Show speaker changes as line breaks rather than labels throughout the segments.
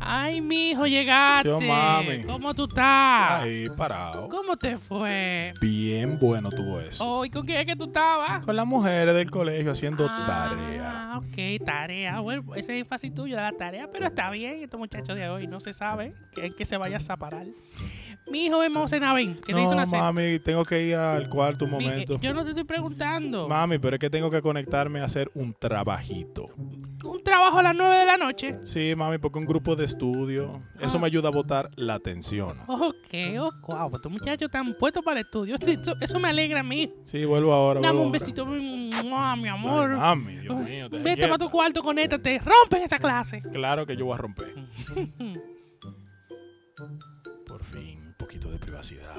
Ay, mijo, llegaste.
Yo, mami.
¿Cómo tú estás?
Ahí parado.
¿Cómo te fue?
Bien bueno tuvo eso.
Hoy, ¿con quién es que tú estabas?
Con las mujeres del colegio haciendo tarea.
Ah, ok, tarea. Bueno, ese énfasis tuyo de la tarea, pero está bien. Estos muchachos de hoy no se sabe que es que se vaya a zaparar. Mi hijo, vamos a cenar, ven. ¿Qué te hizo
No,
la cena?
mami, tengo que ir al cuarto un
Mije,
momento.
Yo no te estoy preguntando.
Mami, pero es que tengo que conectarme a hacer un trabajito.
¿Un trabajo a las 9 de la noche?
Sí, mami, porque un grupo de estudio. Eso
Ah.
me ayuda a botar la atención.
Ok, oh, guau, estos muchachos están puestos para el estudio. Eso, eso me alegra a mí.
Sí, vuelvo ahora.
Dame
vuelvo
un
ahora.
besito, mua, mi
Ay,
amor.
mami, Dios mío. te
Vete para tu
inquieta.
cuarto, conéctate. Rompen esa clase.
Claro que yo voy a romper. Por fin, un poquito de privacidad.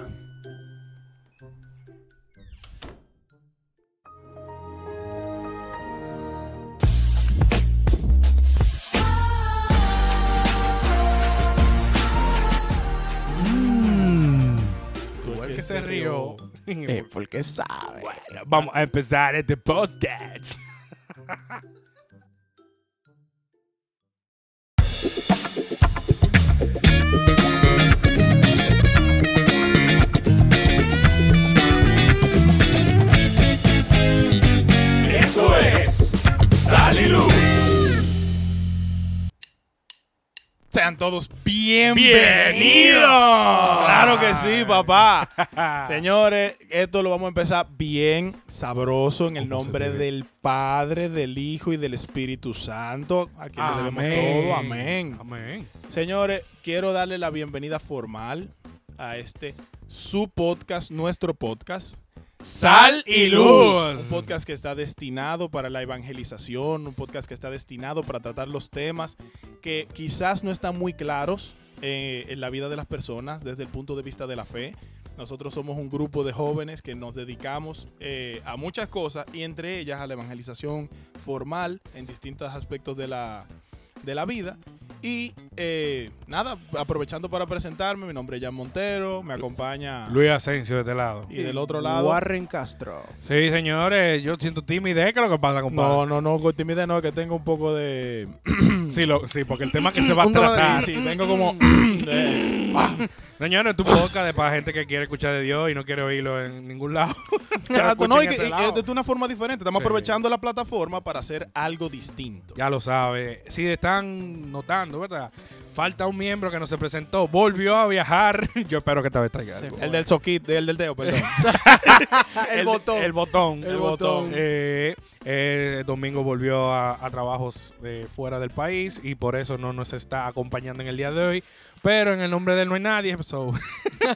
Tú
el
eres
Mm. que se rió.
Eh,
porque sabe.
bueno,
Vamos a empezar este podcast.
Eso es Salilu. Sean todos bienvenidos. Claro que sí, papá. Señores, esto lo vamos a empezar bien sabroso en el
¿Cómo se
nombre
debe?
del Padre, del Hijo y del Espíritu Santo. A quien le debemos todo. Amén.
Amén.
Señores, quiero darle la bienvenida formal a este su podcast, nuestro podcast.
Sal y luz.
Un podcast que está destinado para la evangelización, un podcast que está destinado para tratar los temas que quizás no están muy claros eh, en la vida de las personas desde el punto de vista de la fe. Nosotros somos un grupo de jóvenes que nos dedicamos eh, a muchas cosas y entre ellas a la evangelización formal en distintos aspectos de la, de la vida. Y eh, nada, aprovechando para presentarme, mi nombre es Jan Montero, me acompaña
Luis Asensio de este lado.
y del otro lado...
Warren Castro.
Sí, señores, yo siento timidez. ¿Qué es lo que pasa,
No,
compadre?
no, no, con timidez no, que tengo un poco de...
Sí, lo- sí, porque el tema que se va a
Un dolor de
tratar.
Sí, sí, tengo como... mm,
mm.
de-
Señores, tu podcast es para gente que quiere escuchar de Dios y no quiere oírlo en ningún lado.
Exacto, no, y que,
escuchen
y-
este lado.
de una forma diferente. Estamos
Sí.
aprovechando la plataforma para hacer algo distinto.
Ya lo sabe. Si están notando, ¿verdad? Falta un miembro que no se presentó. Volvió a viajar. Yo espero que esta vez traiga
Se
algo.
fue.
El del soquit, el del dedo, perdón.
El botón. El botón.
El botón.
Eh, eh, Domingo volvió a, a trabajos eh, fuera del país y por eso no nos está acompañando en el día de hoy. Pero en el nombre de él no hay nadie. So,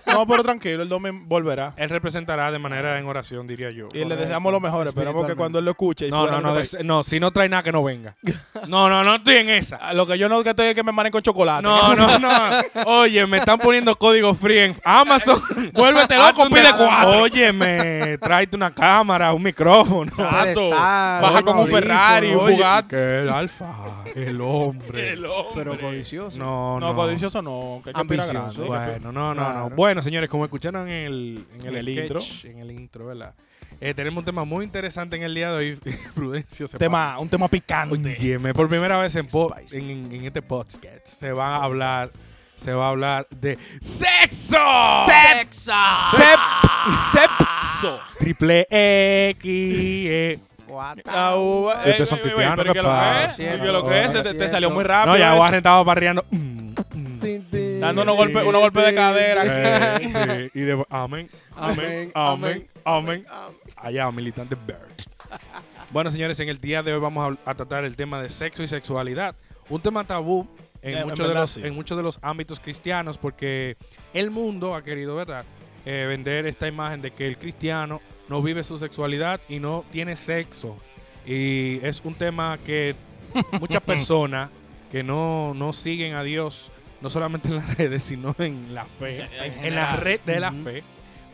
no, pero tranquilo, el domingo volverá.
él representará de manera en oración, diría yo.
Y le deseamos lo mejor. Esperamos que
Espiritualmente.
cuando él lo escuche. y
No,
fuera
no,
de
no.
este
des- no, si no trae nada, que no venga. No, no, no estoy en esa.
país. Ah, Lo que yo no que estoy es que me maren con chocolate.
No, no, no. Oye, me están poniendo código free en Amazon.
Vuélvete loco,
Hazte
pide
una-
cuatro.
Óyeme, tráete una cámara, un micrófono.
Exacto.
Pedestal,
Baja como un
audífono,
Ferrari, un
Oye,
Bugatti.
Que el alfa, el hombre.
Pero codicioso.
No, no. Ah,
No, codicioso no. Que hay que aspirar
Ambicioso.
grande.
Bueno, no, no, no.
Claro.
Bueno, señores, como escucharon en el, en el,
En el
sketch, en el intro, ¿verdad? Eh, tenemos un tema muy interesante en el día de hoy. Prudencio se
Tema, un tema
pasa.
picante.
Óyeme, por primera vez en, po-
Spicy.
en, en- en este podcast se va a hablar, se va a hablar de sexo.
¡Sexo!
Sep, sepso.
Triple X. eh.
What the-
Au,
Ustedes
ey,
Este son
ey, ey,
cristianos,
eh, pero que lo
papá.
es,
Siento,
que lo que es,
lo
te- te
siento.
salió muy rápido.
no, ya
es.
Warren estaba barriendo. Mm, mm.
Tin, tin,
Dándonos
tin,
golpe-
tin,
unos golpes de
tin,
cadera.
tin.
Eh, sí, y de amén, amén,
Amén,
amén, amén.
amén.
Allá, militante Bert. Bueno, señores, en el día de hoy vamos a, a tratar el tema de sexo y sexualidad. Un tema tabú en,
Eh, en
muchos, de
verdad,
los,
sí.
en muchos de los ámbitos cristianos porque el mundo ha querido, ¿verdad?, Eh, vender esta imagen de que el cristiano no vive su sexualidad y no tiene sexo. Y es un tema que muchas personas que no, no siguen a Dios, no solamente en las redes, sino en la fe, en la red de la
Ujú.
fe,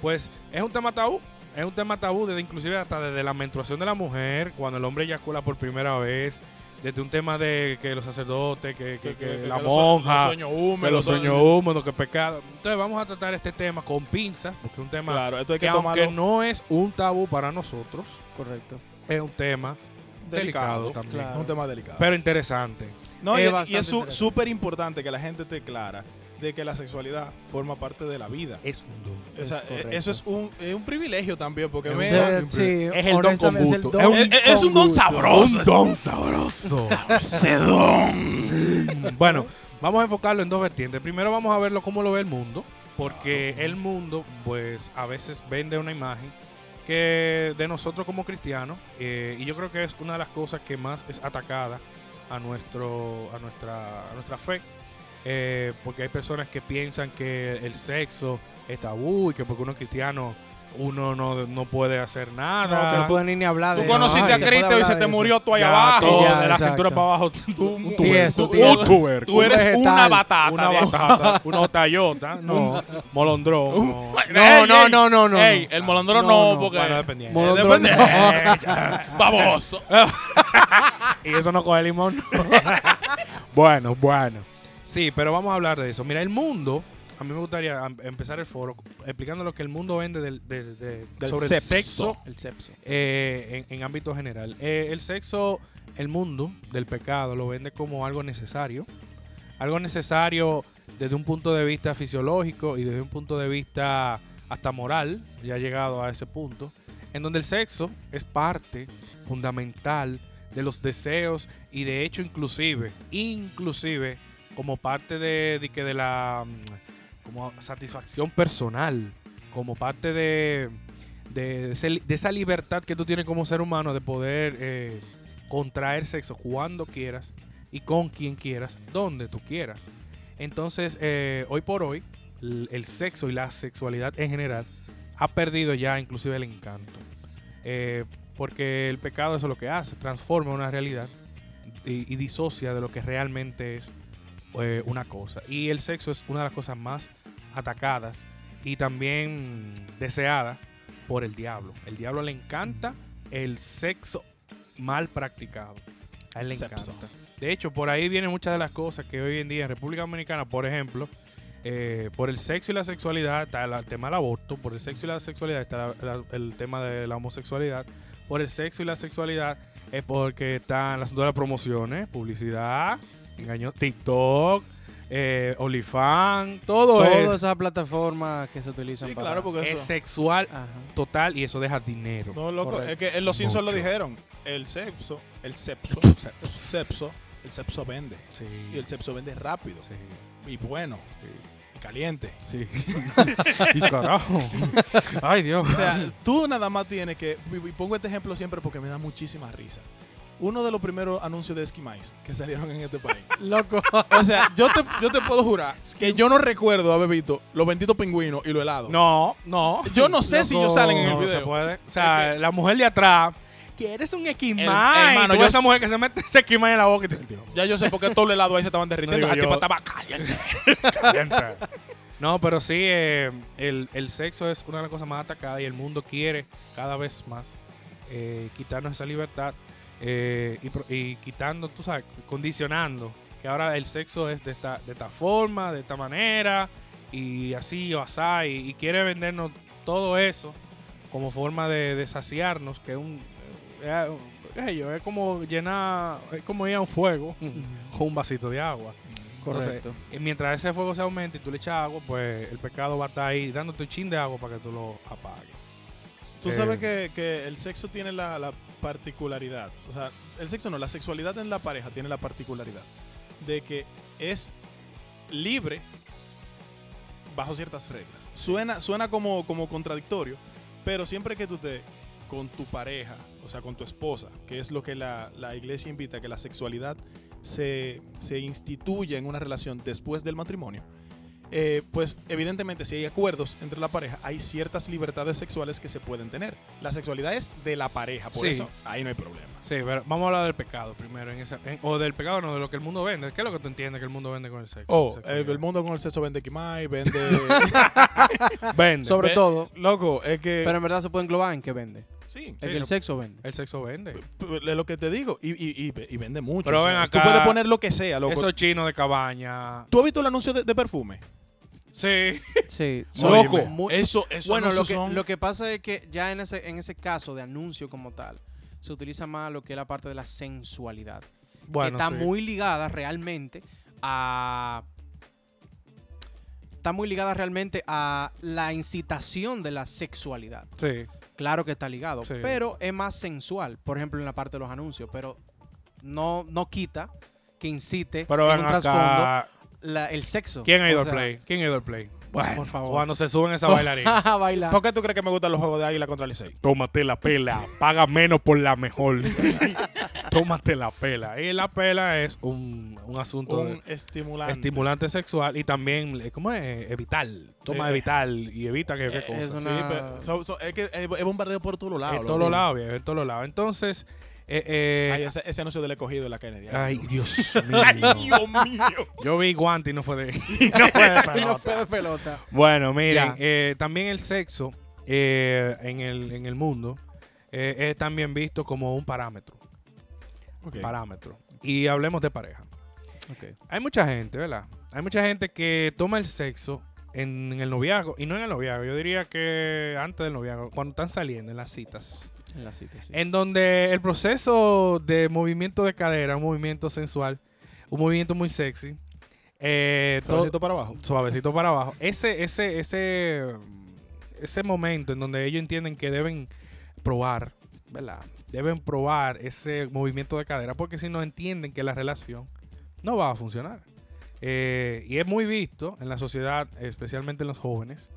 pues es un tema tabú. Es un tema tabú, desde, inclusive hasta desde la menstruación de la mujer, cuando el hombre eyacula por primera vez, desde un tema de que los sacerdotes, que, que- que la
los-
monja,
Los sueños húmedos.
que los
todo-
sueños húmedos, que pecado. Entonces vamos a tratar este tema con pinzas, porque es un tema
Claro, esto hay
que,
que tomarlo
aunque no es un tabú para nosotros,
Correcto.
es un tema delicado,
delicado.
también,
claro.
Es un tema delicado.
pero interesante.
No,
Es
y- y
bastante
es su-
interesante.
súper importante que la gente esté clara de que la sexualidad forma parte de la vida.
Es un don.
O sea,
Es
eh,
correcto.
eso es un, es un privilegio también, porque
Es un
me-
don.
eh,
Eh,
sí,
es el don
honestamente,
con
es el
gusto.
don
Es un-
eh, es un don
gusto.
sabroso.
don sabroso. bueno, vamos a enfocarlo en dos vertientes. Primero vamos a verlo cómo lo ve el mundo, porque el mundo, pues, a veces vende una imagen que de nosotros como cristianos, eh, y yo creo que es una de las cosas que más es atacada a, nuestro, a, nuestra, a nuestra fe, eh, porque hay personas que piensan que el sexo es tabú y que porque uno es cristiano uno no, no puede hacer nada.
No, que no pueden ir ni hablar
Tú
de
conociste
Ay,
a
se puede
Cristo y
hablar
se
de
te
eso.
murió tú ahí
Ya,
abajo.
todo,
Ya,
de la
exacto.
cintura para abajo, tú, tú-
Un
un
tuerco,
tieso,
tú-
tieso.
un tuerco,
Tú eres
vegetal,
una batata.
una
Diego.
batata, una otayota, no, molondrón, no.
No,
Ey,
no,
ey,
no, no, no.
Ey, el molondrón no,
No, no,
porque.
Bueno, dependiendo.
Molo-
Eh,
Molondrón
depende.
Eh, ya.
Baboso.
y eso no coge limón. no. bueno, bueno. Sí, pero vamos a hablar de eso. Mira, el mundo, a mí me gustaría am- empezar el foro explicando lo que el mundo vende del, de- de-
Del
sobre
sexo.
el sexo
El sepso.
eh, en, en ámbito general. Eh, el sexo, el mundo del pecado lo vende como algo necesario. Algo necesario desde un punto de vista fisiológico y desde un punto de vista hasta moral, ya ha llegado a ese punto, en donde el sexo es parte fundamental de los deseos y de hecho inclusive, inclusive como parte de, de que de la mm, como satisfacción personal, como parte de, de, ese- de esa libertad que tú tienes como ser humano de poder eh, contraer sexo cuando quieras y con quien quieras, donde tú quieras. Entonces, eh, hoy por hoy, l- el sexo y la sexualidad en general ha perdido ya inclusive el encanto. Eh, porque el pecado eso es lo que hace, transforma una realidad y, y disocia de lo que realmente es eh, una cosa. Y el sexo es una de las cosas más atacadas y también deseada por el diablo. El diablo le encanta el sexo mal practicado. A él le
Sexo.
encanta. De hecho, por ahí vienen muchas de las cosas que hoy en día en República Dominicana, por ejemplo, eh, por el sexo y la sexualidad está el, el tema del aborto, por el sexo y la sexualidad está la- la- el tema de la homosexualidad, por el sexo y la sexualidad es porque están las de las promociones, publicidad, engaño, TikTok, eh, OnlyFans, todo,
Todas
eso
esas plataformas que se utilizan
Sí,
para...
claro, porque
es
eso.
sexual
Ajá.
total y eso deja dinero.
No, loco,
Correcto.
es que en los Simpsons lo
Mucho.
dijeron. El sexo, el sexo, sexo, el sexo vende.
Sí,
Y el sexo vende rápido.
sí,
Y bueno,
sí,
y caliente.
sí. y carajo. Ay, Dios.
O sea, tú nada más tienes que. Y y pongo este ejemplo siempre porque me da muchísima risa. Uno de los primeros anuncios de Esquimais que salieron en este país.
Loco.
O sea, yo te, yo te puedo jurar que yo no recuerdo a Bebito los benditos pingüinos y los helados.
No, no.
Yo no sé si ellos salen en el
No,
video.
se puede. O sea, la mujer de atrás. Que eres un esquimay.
El- hermano,
hermano, yo
yo-
esa mujer que se mete ese esquimay en la boca y te tío,
Ya yo sé por qué todos los helados ahí se estaban derritiendo.
No, digo
Esa tipa
yo-
estaba caliente.
calienta. No, pero sí, eh, el, el sexo es una de las cosas más atacadas y el mundo quiere cada vez más eh, quitarnos esa libertad eh, y, pro- y quitando, tú sabes, condicionando que ahora el sexo es de esta, de esta forma, de esta manera y así o así y, y quiere vendernos todo eso como forma de, de saciarnos, que es un, eh, qué sé yo, es como llenar, es como ir a un fuego con un vasito de agua.
Mm. Correcto.
Y mientras ese fuego se aumente y tú le echas agua, pues el pecado va a estar ahí dándote un chin de agua para que tú lo apagues.
Tú
Eh.
sabes que, que el sexo tiene la, la particularidad, o sea, el sexo no, la sexualidad en la pareja tiene la particularidad de que es libre bajo ciertas reglas. Suena, suena como, como contradictorio, pero siempre que tú te con tu pareja, o sea, con tu esposa, que es lo que la, la iglesia invita, que la sexualidad se, se instituya en una relación después del matrimonio, eh, pues evidentemente si hay acuerdos entre la pareja, hay ciertas libertades sexuales que se pueden tener. La sexualidad es de la pareja, por
Sí.
eso ahí no hay problema.
Sí, pero vamos a hablar del pecado primero. En esa, en- o del pecado, no, de lo que el mundo vende. ¿Qué es lo que tú entiendes que el mundo vende con el sexo?
Oh,
Sexualidad.
el, el mundo con el sexo vende Kimai, vende...
vende.
Sobre
Ve-
Ah,
todo,
Loco, es que...
pero en verdad se puede englobar en qué vende.
Sí.
Es
Sí,
que el
lo-
sexo vende.
El sexo vende.
P- p- Es lo que te digo. Y, y- y- y vende mucho.
Pero
o
ven
sea,
acá.
Tú puedes poner lo que sea, loco.
Esos chinos de cabaña.
¿Tú has visto el anuncio de, de perfume?
Sí.
Sí. son
Loco.
muy-
eso, eso
bueno, lo
anuncios
que,
son-
lo que pasa es que ya en ese, en ese caso de anuncio como tal, se utiliza más lo que es la parte de la sensualidad.
Bueno,
que está
sí.
muy ligada realmente a. Está muy ligada realmente a la incitación de la sexualidad.
Sí.
Claro que está ligado,
Sí.
pero es más sensual, por ejemplo, en la parte de los anuncios, pero no, no quita que incite
Pero
en
ven
un trasfondo
acá.
la- el sexo.
¿Quién ha ido
O
al
sea,
play? ¿Quién ha ido al play? Bueno,
Por favor.
Cuando se suben esa bailarina.
Bailar.
¿Por qué tú crees que me gustan los juegos de águila contra Licey?
Tómate la pela, paga menos por la mejor. Tómate la pela. Y la pela es un, un asunto de-
Un estimulante.
estimulante sexual y también, eh, ¿cómo es? Evital. Toma
Eh,
evital y evita que qué cosa.
es
Sí,
una-
pero so- so- es que es- es bombardeo por todos lados.
en
loco.
todos los lados, viejo, en todos los lados. Entonces, eh, eh,
Ay, ese, ese anuncio del escogido de la Kennedy.
ay, Dios
Ay,
mío.
Dios mío.
Yo vi guante y no fue de, y no fue de
No
pelota.
fue de pelota.
Bueno, miren,
Ya.
eh, también el sexo eh, en, el, en el mundo eh, es también visto como un parámetro. Parámetro. Y hablemos de pareja. Hay mucha gente, ¿verdad? Hay mucha gente que toma el sexo en, en el noviazgo, y no en el noviazgo, yo diría que antes del noviazgo, cuando están saliendo en las citas,
En la cita, sí.
en donde el proceso de movimiento de cadera, un movimiento sensual, un movimiento muy sexy, eh, to-
Suavecito para abajo.
suavecito para abajo. Ese, ese, ese, ese momento en donde ellos entienden que deben probar, ¿verdad? Deben probar ese movimiento de cadera porque si no entienden que la relación no va a funcionar. Eh, y es muy visto en la sociedad, especialmente en los jóvenes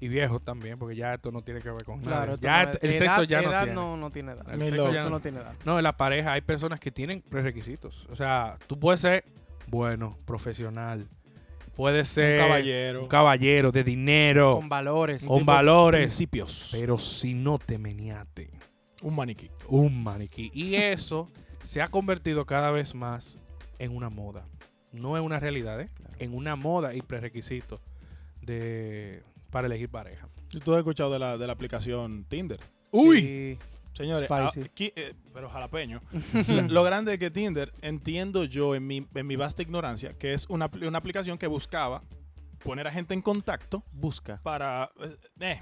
y viejos también, porque ya esto no tiene que ver con nada. de
Claro,
eso. Ya
tú no-
esto- el
edad-
sexo ya no
edad
tiene.
no, no tiene edad.
El
El
sexo
sexo
ya no-
no tiene edad.
No, en la pareja hay personas que tienen prerequisitos. O sea, tú puedes ser bueno, profesional, puedes ser
un caballero.
un caballero de dinero,
Con valores.
Oh. con
tipo
valores.
Principios.
Pero si no te meneaste,
Un maniquí.
un maniquí. Y eso se ha convertido cada vez más en una moda. No en una realidad, ¿eh? En una moda y prerequisito de, para elegir pareja.
Tú has escuchado de la, de la aplicación Tinder.
Sí.
Señores,
Spicy.
ah, aquí, eh, pero jalapeño. Lo- lo grande es que Tinder, entiendo yo en mi, en mi vasta ignorancia, que es una, apl- una aplicación que buscaba poner a gente en contacto
Busca.
para... eh, eh.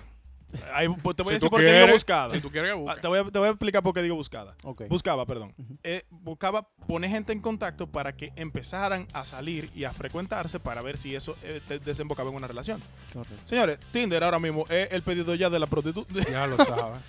Ahí, pues, te voy a
Si
decir
tú
por qué digo
quieres,
buscada.
tú quieres que
Ah, te, voy a, te voy a explicar por qué digo buscada.
Ok.
Buscaba, perdón.
Ujú.
Eh, buscaba poner gente en contacto para que empezaran a salir y a frecuentarse para ver si eso eh, te- desembocaba en una relación.
Correcto.
Señores, Tinder ahora mismo es el pedido ya de la prostituta.
Ah,
Ya lo sabes.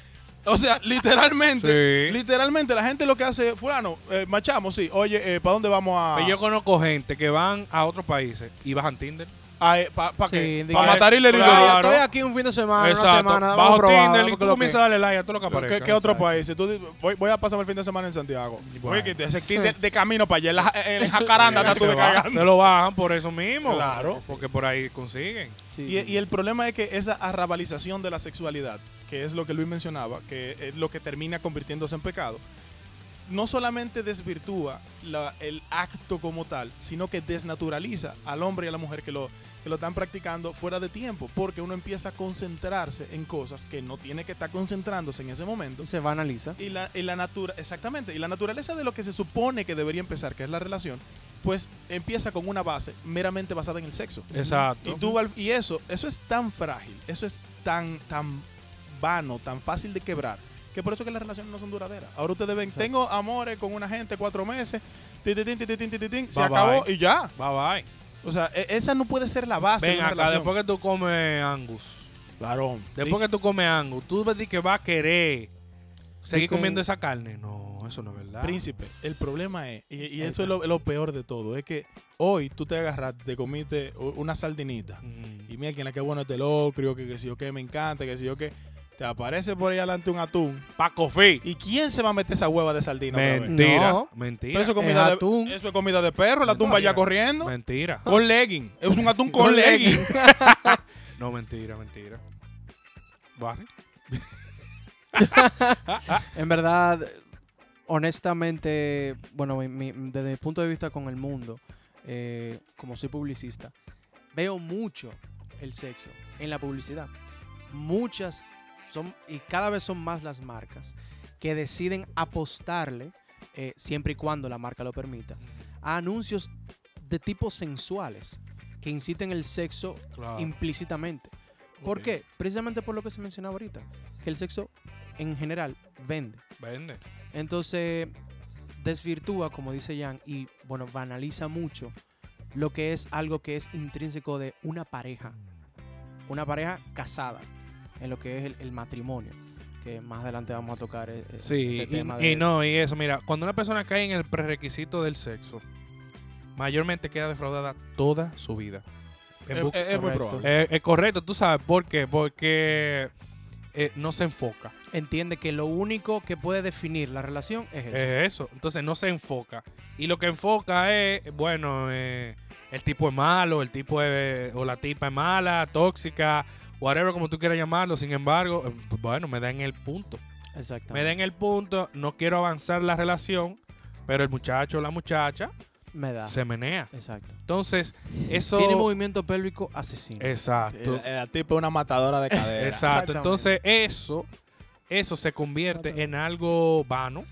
o sea, literalmente.
sí.
Literalmente, la gente lo que hace es, fulano, eh, machamos, sí. Oye, ¿para dónde vamos a...?
Pues
Ah.
Yo conozco gente que van a otros países y bajan Tinder.
¿Para
Sí,
eh, qué?
diga-
¿Para matar y le
Claro.
Ah,
digo,
yo estoy aquí un fin de semana, Ah, una
Exacto.
semana, vamos
Bajo
a probar.
Tinder y
vamos
tú
a lo que-
comienzas a darle like a todo lo que aparezca.
¿Qué, qué otro
Exacto.
país? Si tú di- voy, voy a pasarme el fin de semana en Santiago.
Bueno.
Oye, que te- ese kit de, de camino para allá, en, la- en- en Jacaranda, estás tú
se,
de
bajan-
cagando.
se lo bajan por eso mismo.
Claro.
Porque por ahí consiguen.
Sí,
Y,
sí,
y el problema es que esa arrabalización de la sexualidad, que es lo que Luis mencionaba, que es lo que termina convirtiéndose en pecado, no solamente desvirtúa la- el acto como tal, sino que desnaturaliza al hombre y a la mujer que lo, que lo están practicando fuera de tiempo, porque uno empieza a concentrarse en cosas que no tiene que estar concentrándose en ese momento.
se va a analizar.
Y la, y la natura, exactamente, y la naturaleza de lo que se supone que debería empezar, que es la relación, pues empieza con una base meramente basada en el sexo.
Exacto.
Y, tú, al- y eso, eso es tan frágil, eso es tan, tan vano, tan fácil de quebrar, que por eso que las relaciones no son duraderas. Ahora ustedes ven,
Exacto.
tengo amores con una gente cuatro meses, tin, tin, tin, tin, tin, tin, tin, tin, se
Bye,
acabó y ya.
Bye bye.
O sea, e- esa no puede ser la base de
Ven
una
acá,
relación.
después que tú comes Angus.
Varón.
Después que tú comes Angus, tú vas a decir que vas a querer seguir
con-
comiendo esa carne. No, eso no es verdad.
Príncipe, el problema es, y, y eso es lo, lo peor de todo, es que hoy tú te agarraste, te comiste u- una sardinita.
Mm.
Y mira, que qué bueno este locrio, que, que si yo que me encanta, que si yo que te aparece por ahí adelante un atún.
Paco Fi.
¿Y quién se va a meter esa hueva de sardina? otra vez?
Mentira.
No.
Mentira.
Pero eso es
Es
comida
atún.
de eso es comida de perro, el atún
Mentira.
va ya corriendo.
Mentira.
Con legging. Es un atún con legging.
No, mentira, mentira. Barry.
En verdad, honestamente, bueno, mi- mi- desde mi punto de vista con el mundo, eh, como soy publicista, veo mucho el sexo en la publicidad. Muchas son, y cada vez son más las marcas que deciden apostarle, eh, siempre y cuando la marca lo permita, a anuncios de tipo sensuales que inciten el sexo
Claro.
implícitamente. ¿Por
Ah. Ok.
qué? Precisamente por lo que se mencionaba ahorita, que el sexo en general vende.
Vende.
Entonces, desvirtúa, como dice Jan, y bueno, banaliza mucho lo que es algo que es intrínseco de una pareja. Una pareja casada, en lo que es el, el matrimonio. Que más adelante vamos a tocar e- e-
Sí,
ese
y,
tema.
y no, y eso, mira, cuando una persona cae en el prerequisito del sexo, mayormente queda defraudada toda su vida. En
Es-
bu-
es- es muy
correcto.
probable.
Eh, eh, correcto, tú sabes por qué, porque eh, no se enfoca.
Entiende que lo único que puede definir la relación es eso.
Es eso, entonces no se enfoca. Y lo que enfoca es, bueno, eh, el tipo es malo, el tipo es- o la tipa es mala, tóxica, whatever como tú quieras llamarlo. Sin embargo, eh, bueno, me da en el punto. Me
Exactamente.
den el punto, no quiero avanzar la relación, pero el muchacho o la muchacha
Me da.
se menea.
Exacto.
Entonces, eso.
Tiene movimiento pélvico asesino.
Exacto.
El, el tipo es una matadora de cadera.
Exacto.
Exactamente.
Entonces, eso, eso se convierte en algo vano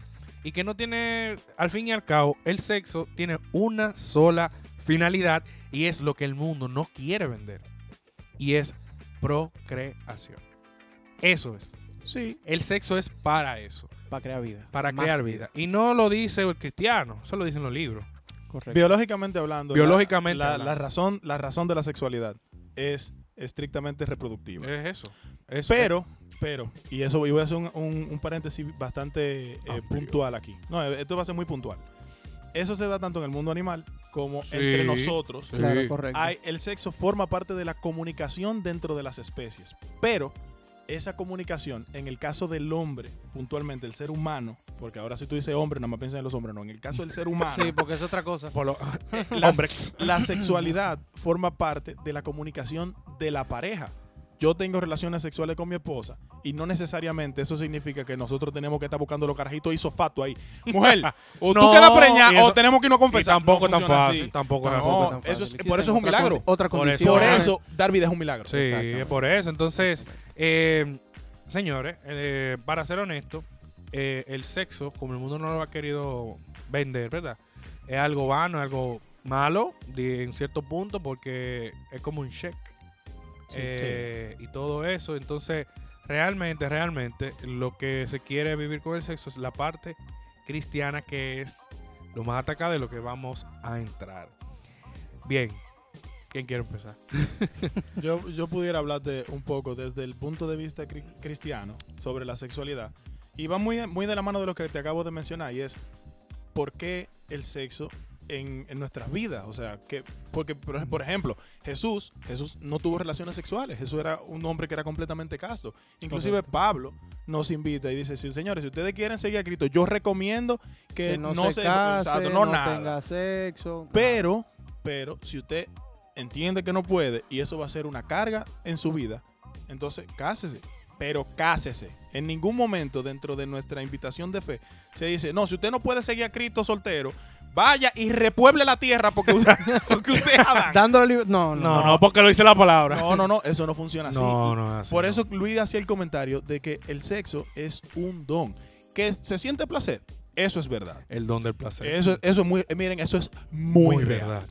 y que no tiene, al fin y al cabo, el sexo tiene una sola finalidad y es lo que el mundo no quiere vender. Y es procreación. Eso es.
Sí.
El sexo es para eso,
Para crear vida.
para
Más
crear vida. Y no lo dice el cristiano, eso lo dicen los libros.
Correcto.
Biológicamente hablando. la-
Biológicamente
la,
hablando.
la razón, la razón de la sexualidad es estrictamente reproductiva.
Es eso. Eso
Pero, pero, y eso y voy a hacer un, un- un paréntesis bastante eh,
Amplio.
puntual aquí. No, eh, esto va a ser muy puntual. Eso se da tanto en el mundo animal como
Sí.
entre nosotros.
Sí.
Claro, correcto.
Hay- el sexo forma parte de la comunicación dentro de las especies, pero esa comunicación, en el caso del hombre, puntualmente el ser humano, porque ahora si tú dices hombre, nada más piensas en los hombres, no, en el caso del ser humano,
Sí, porque es otra cosa.
por lo-
la,
pues, Hombre.
la sexualidad forma parte de la comunicación de la pareja. Yo tengo relaciones sexuales con mi esposa y no necesariamente eso significa que nosotros tenemos que estar buscando los carajitos isofato ahí. Mujer, o
No,
tú quedas
y
preñada
eso-
o tenemos que irnos a
y
confesar.
tampoco
No
tan
funciona
fácil,
así.
tampoco tan
Tampoco.
fácil.
eso es- por eso es un
otra
milagro.
condi- Otra
Por eso
condición.
Por
Ajá.
eso, dar vida es un milagro.
Sí,
Exactamente.
es por eso. Entonces, eh, señores, eh, para ser honesto, eh, el sexo, como el mundo no lo ha querido vender, ¿verdad? Es algo vano, es algo malo de- en cierto punto porque es como un check.
Sí,
Eh, Y todo eso. Entonces, realmente, realmente, lo que se quiere vivir con el sexo es la parte cristiana que es lo más atacada de lo que vamos a entrar. Bien. ¿Quién quiere empezar?
Yo, yo pudiera hablarte un poco desde el punto de vista cri- cristiano sobre la sexualidad. Y va muy, de- muy de la mano de lo que te acabo de mencionar y es por qué el sexo en, en nuestras vidas. O sea, que, porque, por, ej- por ejemplo, Jesús, Jesús no tuvo relaciones sexuales. Jesús era un hombre que era completamente casto. Inclusive
Correcto.
Pablo nos invita y dice, "Sí, señores, si ustedes quieren seguir a Cristo, yo recomiendo que,
que no, se,
exacto,
case,
no
no,
nada.
tenga sexo.
Pero, pero, si usted entiende que no puede y eso va a ser una carga en su vida, entonces cásese. Pero cásese. En ningún momento dentro de nuestra invitación de fe se dice, no, si usted no puede seguir a Cristo soltero, vaya y repueble la tierra porque usted, porque usted es Adán".
dándole libre- no, no,
No, no, porque lo dice la palabra.
No, no, no, eso no funciona así.
No,
Y
no, así
Por
no.
eso Luis hacía el comentario de que el sexo es un don. Que se siente placer, eso es verdad.
El don del placer.
Eso, eso es muy, miren, eso es muy, real.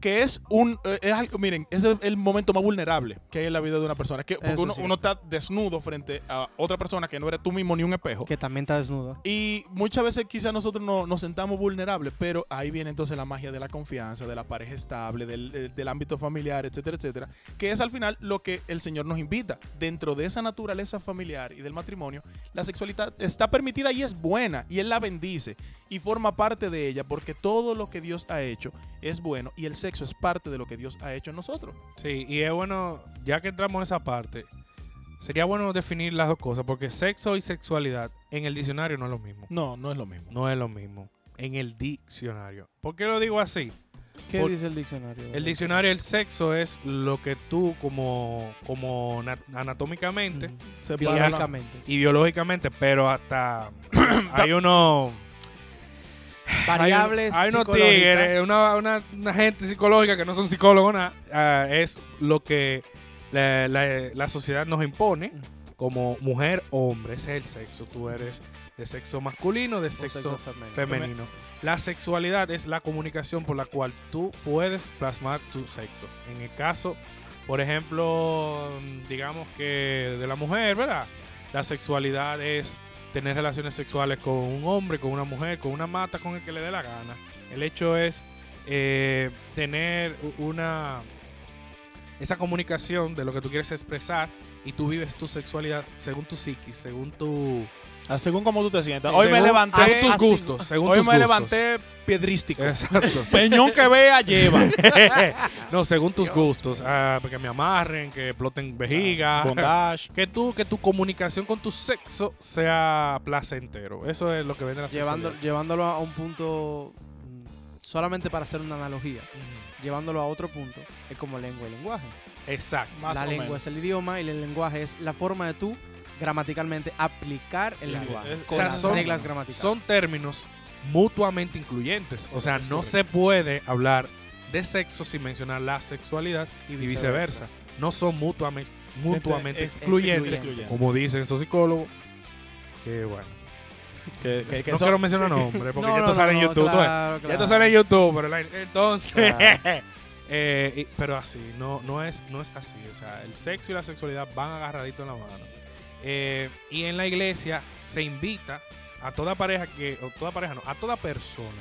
que es un eh, es algo, miren, es el, el momento más vulnerable que hay en la vida de una persona, que porque
Eso
uno,
es cierto.
uno está desnudo frente a otra persona que no eres tú mismo ni un espejo.
que también está desnuda.
Y muchas veces quizás nosotros no- nos sentamos vulnerables, pero ahí viene entonces la magia de la confianza, de la pareja estable, del, eh, del ámbito familiar, etcétera, etcétera, que es al final lo que el Señor nos invita. Dentro de esa naturaleza familiar y del matrimonio, la sexualidad está permitida y es buena, y Él la bendice y forma parte de ella, porque todo lo que Dios ha hecho es bueno y el sexo es parte de lo que Dios ha hecho en nosotros.
Sí, y es bueno, ya que entramos en esa parte, sería bueno definir las dos cosas, porque sexo y sexualidad en el diccionario no es lo mismo.
No, no es lo mismo.
No es lo mismo. En el diccionario. ¿Por qué lo digo así?
¿Qué
Por-
dice el diccionario?
El diccionario, el sexo es lo que tú como, como na- anatómicamente
Mm,
Se para la-
biológicamente.
y biológicamente, pero hasta hay uno... Hay,
Variables
un- hay unos
psicológicas.
tigres, una, una- una gente psicológica que no son psicólogos, nada. Ah, es lo que la, la- la sociedad nos impone como mujer o hombre, ese es el sexo. Tú eres de sexo masculino, de
O
sexo
femenino.
femenino. La sexualidad es la comunicación por la cual tú puedes plasmar tu sexo. En el caso, por ejemplo, mm, digamos que de la mujer, ¿verdad? La sexualidad es tener relaciones sexuales con un hombre, con una mujer, con una mata, con el que le dé la gana. El hecho es eh, tener u- una esa comunicación de lo que tú quieres expresar y tú vives tu sexualidad según tu psiquis, según tu
Ah, según como tú te sientas.
Sí,
hoy me
según-
levanté.
según tus
así-
gustos, según
hoy me
tus gustos.
levanté piedrístico.
Exacto.
Peñón que vea, lleva.
no, según tus gustos. ah, que me amarren, que exploten vejiga.
Bondage.
que, tú, que tu comunicación con tu sexo sea placentero. Eso es lo que vende la
Llevando,
sexualidad.
llevándolo a un punto, mm, solamente para hacer una analogía,
Ujú.
llevándolo a otro punto, es como lengua y lenguaje.
Exacto.
Más
la
o
lengua
menos.
es el idioma y el lenguaje es la forma de tú gramaticalmente aplicar el
Ya,
lenguaje
es-
con
o sea,
las
son-
reglas gramaticales.
Son términos mutuamente incluyentes. O sea,
Es
no
correcto.
se puede hablar de sexo sin mencionar la sexualidad y viceversa. No son mutuamente, mutuamente
Ex-
excluyentes.
excluyentes.
Como dicen esos psicólogos. Que bueno.
Que- que- que
no
eso-
quiero mencionar nombres porque
No,
ya esto
no, no,
sale en
no,
YouTube. tú ves.
claro,
Ya
claro.
tú sale en YouTube, pero la- entonces.
Claro.
eh, y- pero así, no, no, es, no es así. O sea, el sexo y la sexualidad van agarraditos en la mano. Eh, y en la iglesia se invita a toda pareja que, o toda pareja no, a toda persona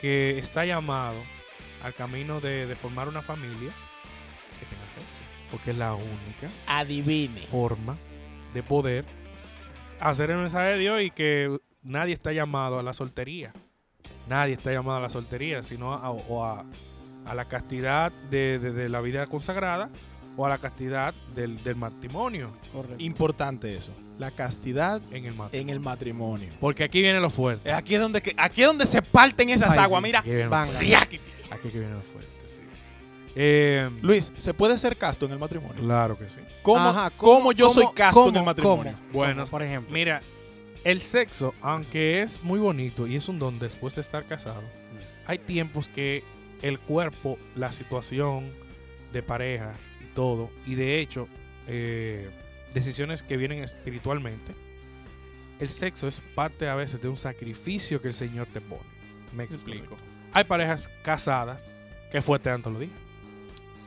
que está llamado al camino de, de formar una familia que tenga sexo. Porque es la única
Adivine.
forma de poder hacer el mensaje de Dios y que nadie está llamado a la soltería. Nadie está llamado a la soltería, sino a, o a, a la castidad de, de- de la vida consagrada o a la castidad del, del matrimonio
Correcto.
Importante eso. La castidad
en el matrimonio.
en el matrimonio.
Porque aquí viene lo fuerte.
Eh, Aquí es donde, que- aquí es donde se parten esas
Spicy.
aguas. Mira.
Aquí viene lo
Bang.
fuerte.
Riáquiti.
Aquí que viene lo fuerte, sí. Eh,
Luis, ¿se puede ser casto en el matrimonio?
claro que sí.
¿Cómo,
Ajá,
cómo
¿cómo-
yo soy
cómo-
casto en
cómo-
el matrimonio?
cómo?
Bueno,
Por ejemplo.
Mira, el sexo, aunque es muy bonito y es un don después de estar casado, hay tiempos que el cuerpo, la situación de pareja y todo, y de hecho, eh, decisiones que vienen espiritualmente, el sexo es parte a veces de un sacrificio que el Señor te pone. Me explico. Hay parejas casadas que fuerte antes lo dije.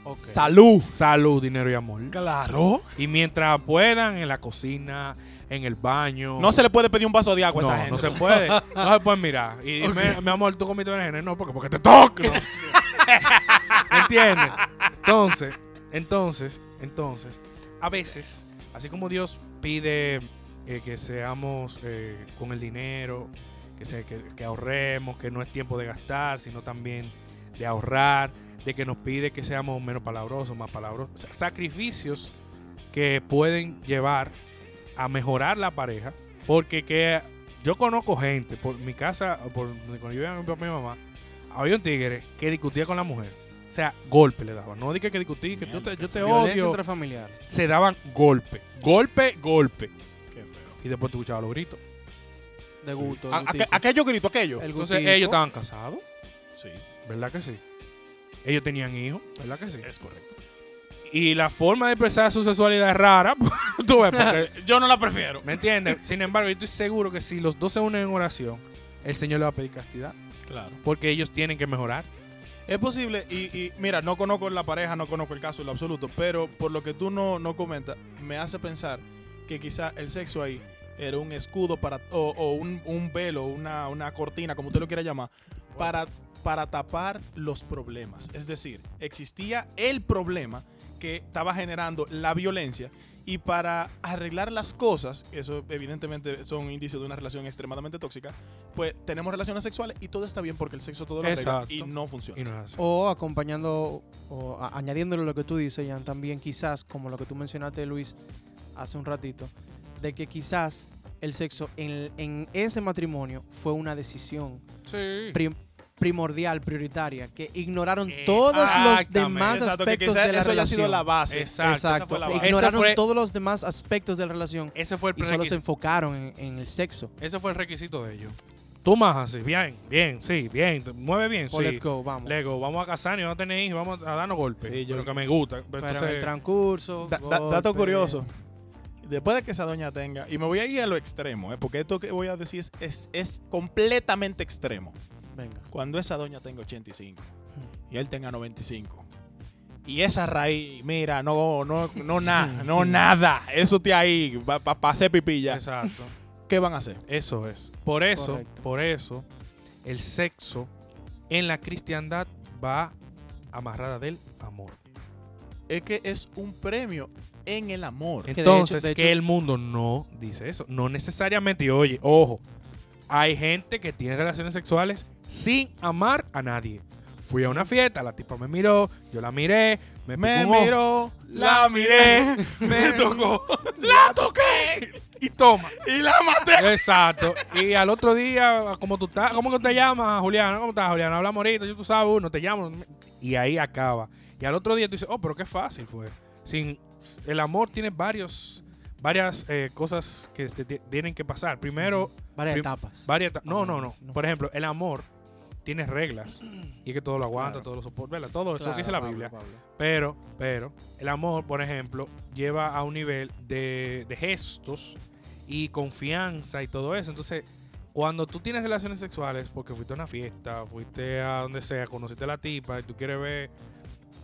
Ok.
Salud.
Salud, dinero y amor.
Claro.
Y mientras puedan, en la cocina, en el baño.
No se le puede pedir un vaso de agua a
No,
esa gente.
no se puede. No se puede mirar. Y dime, mi amor, tú comiste berenjena. No, porque, porque te toco. ¿Me ¿Entiendes? Entonces, entonces, entonces, a veces, así como Dios pide eh, que seamos eh, con el dinero, que, se, que, que ahorremos, que no es tiempo de gastar, sino también de ahorrar, de que nos pide que seamos menos palabrosos, más palabrosos. Sa- Sacrificios que pueden llevar a mejorar la pareja, porque que yo conozco gente, por mi casa, por donde yo vivía con mi papá y mi mamá, había un tigre que discutía con la mujer. O sea, golpe le daban. No dije que discutí, que tú te- yo te
Violencia
odio.
intrafamiliar.
Se daban golpe. Golpe, golpe.
Qué feo.
Y después te escuchabas los gritos.
De
Sí.
gusto.
A-
el
aque-
gustico.
aquello grito, aquello.
El
Entonces
gustico.
ellos estaban casados,
Sí,
¿verdad que sí? Ellos tenían hijos, ¿verdad que sí?
es correcto.
Y la forma de expresar su sexualidad es rara, tú ves, porque-
Yo no la prefiero.
¿me entiendes? Sin embargo, yo estoy seguro que si los dos se unen en oración, el Señor le va a pedir castidad,
Claro.
porque ellos tienen que mejorar.
Es posible, y, y mira, no conozco la pareja, no conozco el caso en lo absoluto, pero por lo que tú no, no comentas, me hace pensar que quizá el sexo ahí era un escudo para, o, o un, un velo, una, una cortina, como usted lo quiera llamar, para, para tapar los problemas. Es decir, existía el problema que estaba generando la violencia y para arreglar las cosas, eso evidentemente son indicios de una relación extremadamente tóxica, pues tenemos relaciones sexuales y todo está bien porque el sexo todo lo arregla
Exacto.
y no funciona.
Y no es así.
O acompañando, o a- añadiéndole lo que tú dices, Jan, también quizás, como lo que tú mencionaste, Luis, hace un ratito, de que quizás el sexo en, en ese matrimonio fue una decisión
Sí.
prim- primordial, prioritaria, que ignoraron todos los
Exactamente.
demás
Exacto, que
aspectos
quizás
de la
eso haya
relación.
sido la base.
Exacto.
esa fue
Exacto,
la base.
ignoraron
Ese fue-
todos los demás aspectos de la relación
Ese fue el
y solo se
prerequisito.
enfocaron en, en el sexo.
Ese fue el requisito de ellos. Tú más así, bien, bien, sí, bien, te- mueve bien,
O
sí.
Pues let's go, vamos.
Lego, vamos a casarnos, vamos a tener hijos, vamos a darnos golpes.
Sí, yo-
Pero que me gusta.
Pero en
Entonces,
el transcurso.
Da- da- dato
golpe,
curioso. después de que esa doña tenga, y me voy a ir a lo extremo, ¿eh? porque esto que voy a decir es, es, es completamente extremo.
Venga.
Cuando esa doña tenga 85 y él tenga 95. Y esa raíz, mira, no, no, no, na, no nada. Eso te ahí, para pa, pa hacer pipilla.
Exacto.
¿Qué van a hacer?
Eso es. Por eso,
Correcto.
por eso, el sexo en la cristiandad va amarrada del amor.
Es que es un premio en el amor.
de hecho-
Entonces,
de hecho-
que el mundo no dice eso. No necesariamente. Y oye, ojo, hay gente que tiene relaciones sexuales sin amar a nadie. Fui a una fiesta, la tipa me miró, yo la miré, me,
Me
picó un ojo,
miró,
la miré,
me tocó
la toqué y toma.
y la maté.
Exacto. Y al otro día, como tú estás, ¿cómo que te llamas, Juliana? ¿Cómo estás, Juliana? Hablamos ahorita, yo tú sabes, uno te llamo. Y ahí acaba. Y al otro día tú dices, oh, pero qué fácil fue. Sin, el amor tiene varios, varias eh, cosas que te ti- tienen que pasar. Primero,
Varias
Prim-
etapas.
varias. ta- No, no, no.
No.
Por ejemplo, el amor tiene reglas. Y es que todo lo aguanta,
Claro.
todo lo soporta, ¿verdad? Todo eso
Claro,
que dice la
Pablo,
Biblia.
Pablo.
Pero, pero, el amor, por ejemplo, lleva a un nivel de, de gestos y confianza y todo eso. Entonces, cuando tú tienes relaciones sexuales, porque fuiste a una fiesta, fuiste a donde sea, conociste a la tipa y tú quieres ver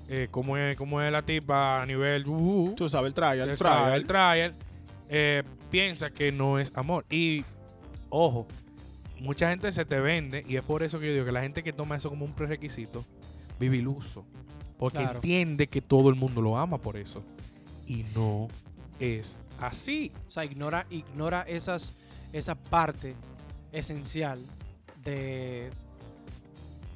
eh, cómo, es, cómo es la tipa a nivel... uh,
Tú sabes, el trial, el
o sea,
trial.
el trial, eh, piensa que no es amor. Y, ojo, mucha gente se te vende y es por eso que yo digo que la gente que toma eso como un prerequisito vive iluso. Porque
Claro.
entiende que todo el mundo lo ama por eso. Y no es así.
O sea, ignora, ignora esas, esa parte esencial de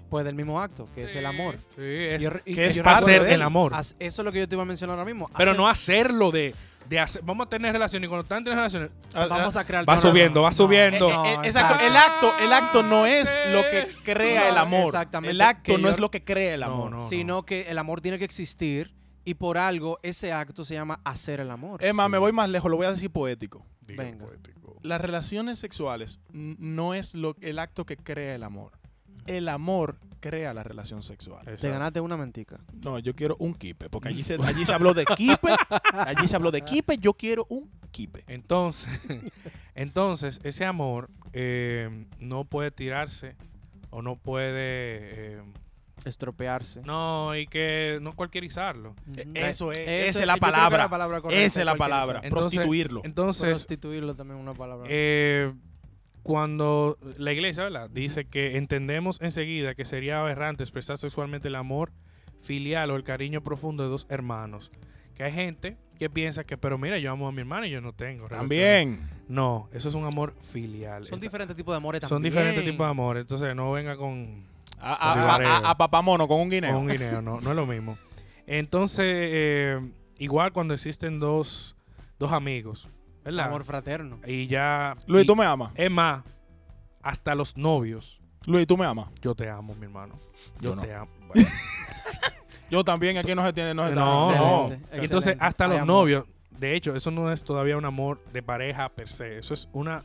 pues del mismo acto, que es el amor.
Sí, es-
Yo re- y-
que es
yo
parte
recuerdo-
del
amor.
As- Eso es lo que yo te iba a mencionar ahora mismo.
pero
Hacer-
no hacerlo de, de hacer- vamos a tener relaciones y cuando están teniendo relaciones,
Ah, ah,
vamos a crear
va subiendo, va subiendo.
Eh, eh,
No,
exacto.
exacto.
El acto, el acto no es
Ah,
lo que crea
No,
el amor.
exactamente.
El acto
Que
no
yo-
es lo que crea el amor.
No, no.
sino que el amor tiene que existir y por algo ese acto se llama hacer el amor.
Es más,
Sí.
me voy más lejos, lo voy a decir poético.
Digo,
venga.
poético.
Las relaciones sexuales n- no es lo, el acto que crea el amor. El amor crea la relación sexual.
Te
Exacto.
ganaste una mentica.
No, yo quiero un kipe, porque allí se, allí se habló de kipe, allí se habló de kipe, yo quiero un kipe.
Entonces, entonces ese amor eh, no puede tirarse o no puede... eh,
Estropearse.
no, y que no cualquierizarlo.
Ujú.
Eh, Eso es, esa
Eso-
es
yo creo
la
que
palabra.
palabra correcta
Esa es la
en cualquier
palabra.
uso.
Entonces-
Prostituirlo.
Entonces,
Prostituirlo también es una palabra.
eh, cuando la iglesia ¿verdad? dice que entendemos enseguida que sería aberrante expresar sexualmente el amor filial o el cariño profundo de dos hermanos. Que hay gente que piensa que, pero mira, yo amo a mi hermano y yo no tengo. relaciones".
También.
No, eso es un amor filial.
son
Está-
diferentes tipos de amores también.
son diferentes tipos de amor. Entonces, no venga con...
A, a- a- a- a papamono con un guineo.
Con un guineo, no, no es lo mismo. Entonces, eh, igual cuando existen dos, dos amigos, ¿verdad?
Amor fraterno.
y ya.
Luis,
y-
tú me amas.
Es más, hasta los novios.
Luis, tú me amas.
Yo te amo, mi hermano. Yo,
Yo no.
te amo.
Yo también, aquí no se tiene, no se
No,
está-
no.
Excelente,
Y Entonces,
excelente.
hasta
Hay
los
amor.
novios. De hecho, eso no es todavía un amor de pareja per se. Eso es una,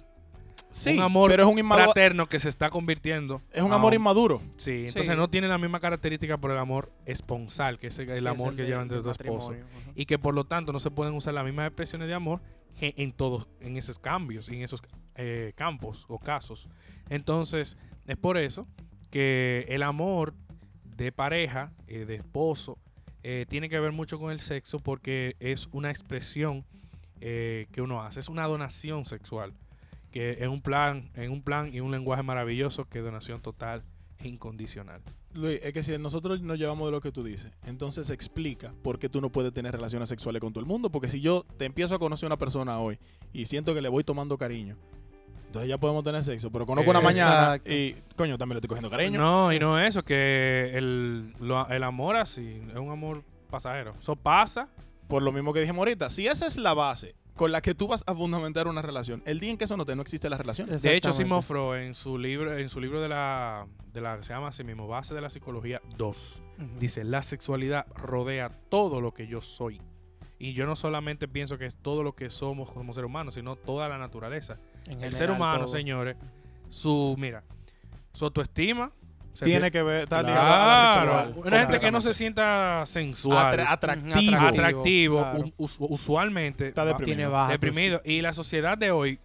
Sí,
un amor
pero es un, inmaduro,
fraterno que se está convirtiendo.
es un
a
amor inmaduro.
Sí,
Sí.
entonces no tiene la misma característica por el amor esponsal, que es el, el
Que es
amor
el
que
de-
llevan entre
del
dos esposos.
matrimonio, ajá.
y que por lo tanto no se pueden usar las mismas expresiones de amor que en todos, en esos cambios, en esos eh, campos o casos. Entonces, es por eso que el amor de pareja, eh, de esposo, eh, tiene que ver mucho con el sexo porque es una expresión eh, que uno hace, es una donación sexual, que es un plan, en un plan y un lenguaje maravilloso que es donación total e incondicional.
Luis, es que si nosotros nos llevamos de lo que tú dices, entonces explica por qué tú no puedes tener relaciones sexuales con todo el mundo. Porque si yo te empiezo a conocer a una persona hoy y siento que le voy tomando cariño, entonces ya podemos tener sexo. Pero conozco una mañana
Exacto.
y, coño, también le estoy cogiendo cariño.
Pues No, y no eso, que el, lo- el amor así es un amor pasajero. Eso pasa.
Por lo mismo que dijimos ahorita, si esa es la base con la que tú vas a fundamentar una relación, el día en que eso no te, no existe la relación.
De hecho,
Exactamente.
Sigmund Freud en su libro, en su libro de la, de la se llama así mismo, Base de la Psicología 2,
Ujú.
dice, la sexualidad rodea todo lo que yo soy. Y yo no solamente pienso que es todo lo que somos como seres humanos, sino toda la naturaleza.
En
El
general,
ser humano,
todo.
señores, su, mira, su autoestima, se
Tiene que ver, está ligado a la
Claro.
sexualidad.
Una gente que no
Completamente.
se sienta sensual,
Atra- atractivo.
Ujú,
atractivo,
Claro.
u- us- usualmente
Está
va-
deprimido. Ah,
Tiene baja.
deprimido. Y la sociedad de hoy,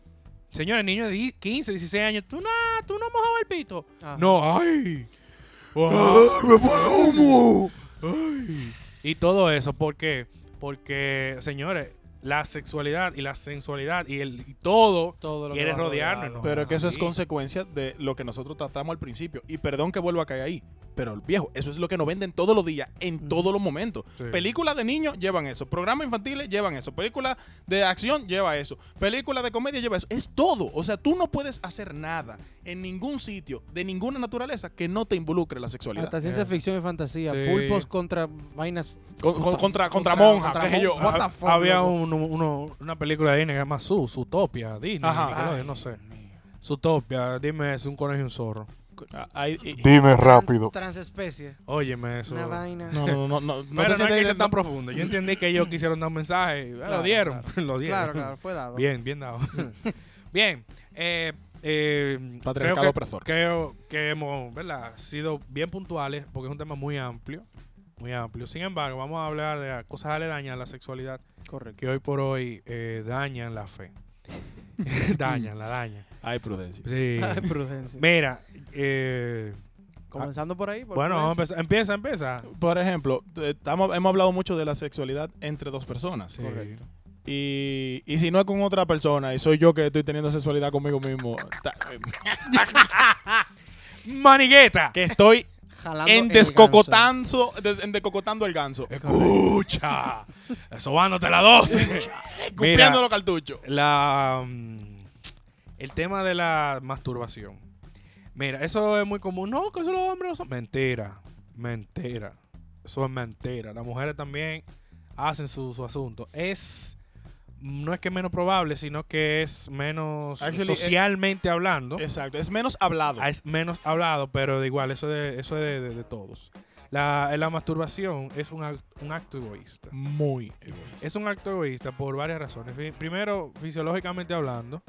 señores, niños de 10, 15, 16 años, tú no, tú no mojabas el pito.
Ah.
No, ay. ¡Ah,
Ah.
Y todo eso, ¿por qué? Porque, señores, la sexualidad y la sensualidad y, el, y todo,
Todo lo que
quiere
va
rodearnos.
rodeado.
¿no?
Pero es que eso es
Sí.
consecuencia de lo que nosotros tratamos al principio. Y perdón que vuelva a caer ahí. Pero viejo, eso es lo que nos venden todos los días, en todos los momentos.
Sí.
Películas de niños llevan eso. Programas infantiles llevan eso. Películas de acción lleva eso. Películas de comedia lleva eso. Es todo. O sea, tú no puedes hacer nada en ningún sitio, de ninguna naturaleza, que no te involucre la sexualidad.
Hasta ciencia
Eh.
ficción y fantasía.
Sí.
Pulpos contra vainas.
Con- con- contra, contra,
Contra-
monja,
contra
qué sé yo.
monja. What the
Ha-
fuck,
había
loco?
un- uno- una película de Disney que se llama Su, Zootopia, Disney,
Ajá.
Nickelodeon, no sé. Zootopia, dime, es un conejo y un zorro.
Ah, ahí- y-
Dime rápido.
Transespecie.
Óyeme eso.
Una
Pero
vaina.
no, no, no, no, no.
no,
te
es que
sientas-
sea tan
no-
profundo. Yo entendí que ellos quisieron dar un mensaje. y, ah,
Claro,
lo dieron,
claro.
lo dieron.
Claro, claro, fue dado.
Bien, bien dado. bien. Eh, eh,
Patriarcado
creo que,
opresor.
Creo que hemos ¿verdad? sido bien puntuales porque es un tema muy amplio. Muy amplio. Sin embargo, vamos a hablar de cosas aledañas a la sexualidad
Correcto.
que hoy por hoy eh, dañan la fe. dañan, la dañan.
Ay, prudencia.
Sí.
Ay, prudencia.
Mira, eh,
Comenzando por ahí. por
bueno, vamos a
prudencia.
empezar. empieza, empieza.
Por ejemplo, eh, estamos, hemos hablado mucho de la sexualidad entre dos personas.
Sí.
Correcto.
Y, y si no es con otra persona y soy yo que estoy teniendo sexualidad conmigo mismo, ta-
Manigueta.
que estoy
Jalando
en
el ganso.
descocotanzo, de- en descocotando el ganso,
Escucha. Sobándote la dosis.
escupiendo los cartuchos.
La, mm, el tema de la masturbación. Mira, eso es muy común. No, que eso los hombres no son. Mentira. Mentira. Eso es mentira. Las mujeres también hacen su, su asunto. Es. No es que es menos probable, sino que es menos
Actually,
socialmente hablando. Es,
Exacto, es menos hablado.
menos hablado, pero de igual, eso es de, eso es de, de- de todos. La, la masturbación es un act- un acto egoísta.
Muy egoísta.
Es un acto egoísta por varias razones. Fi- Primero, fisiológicamente hablando,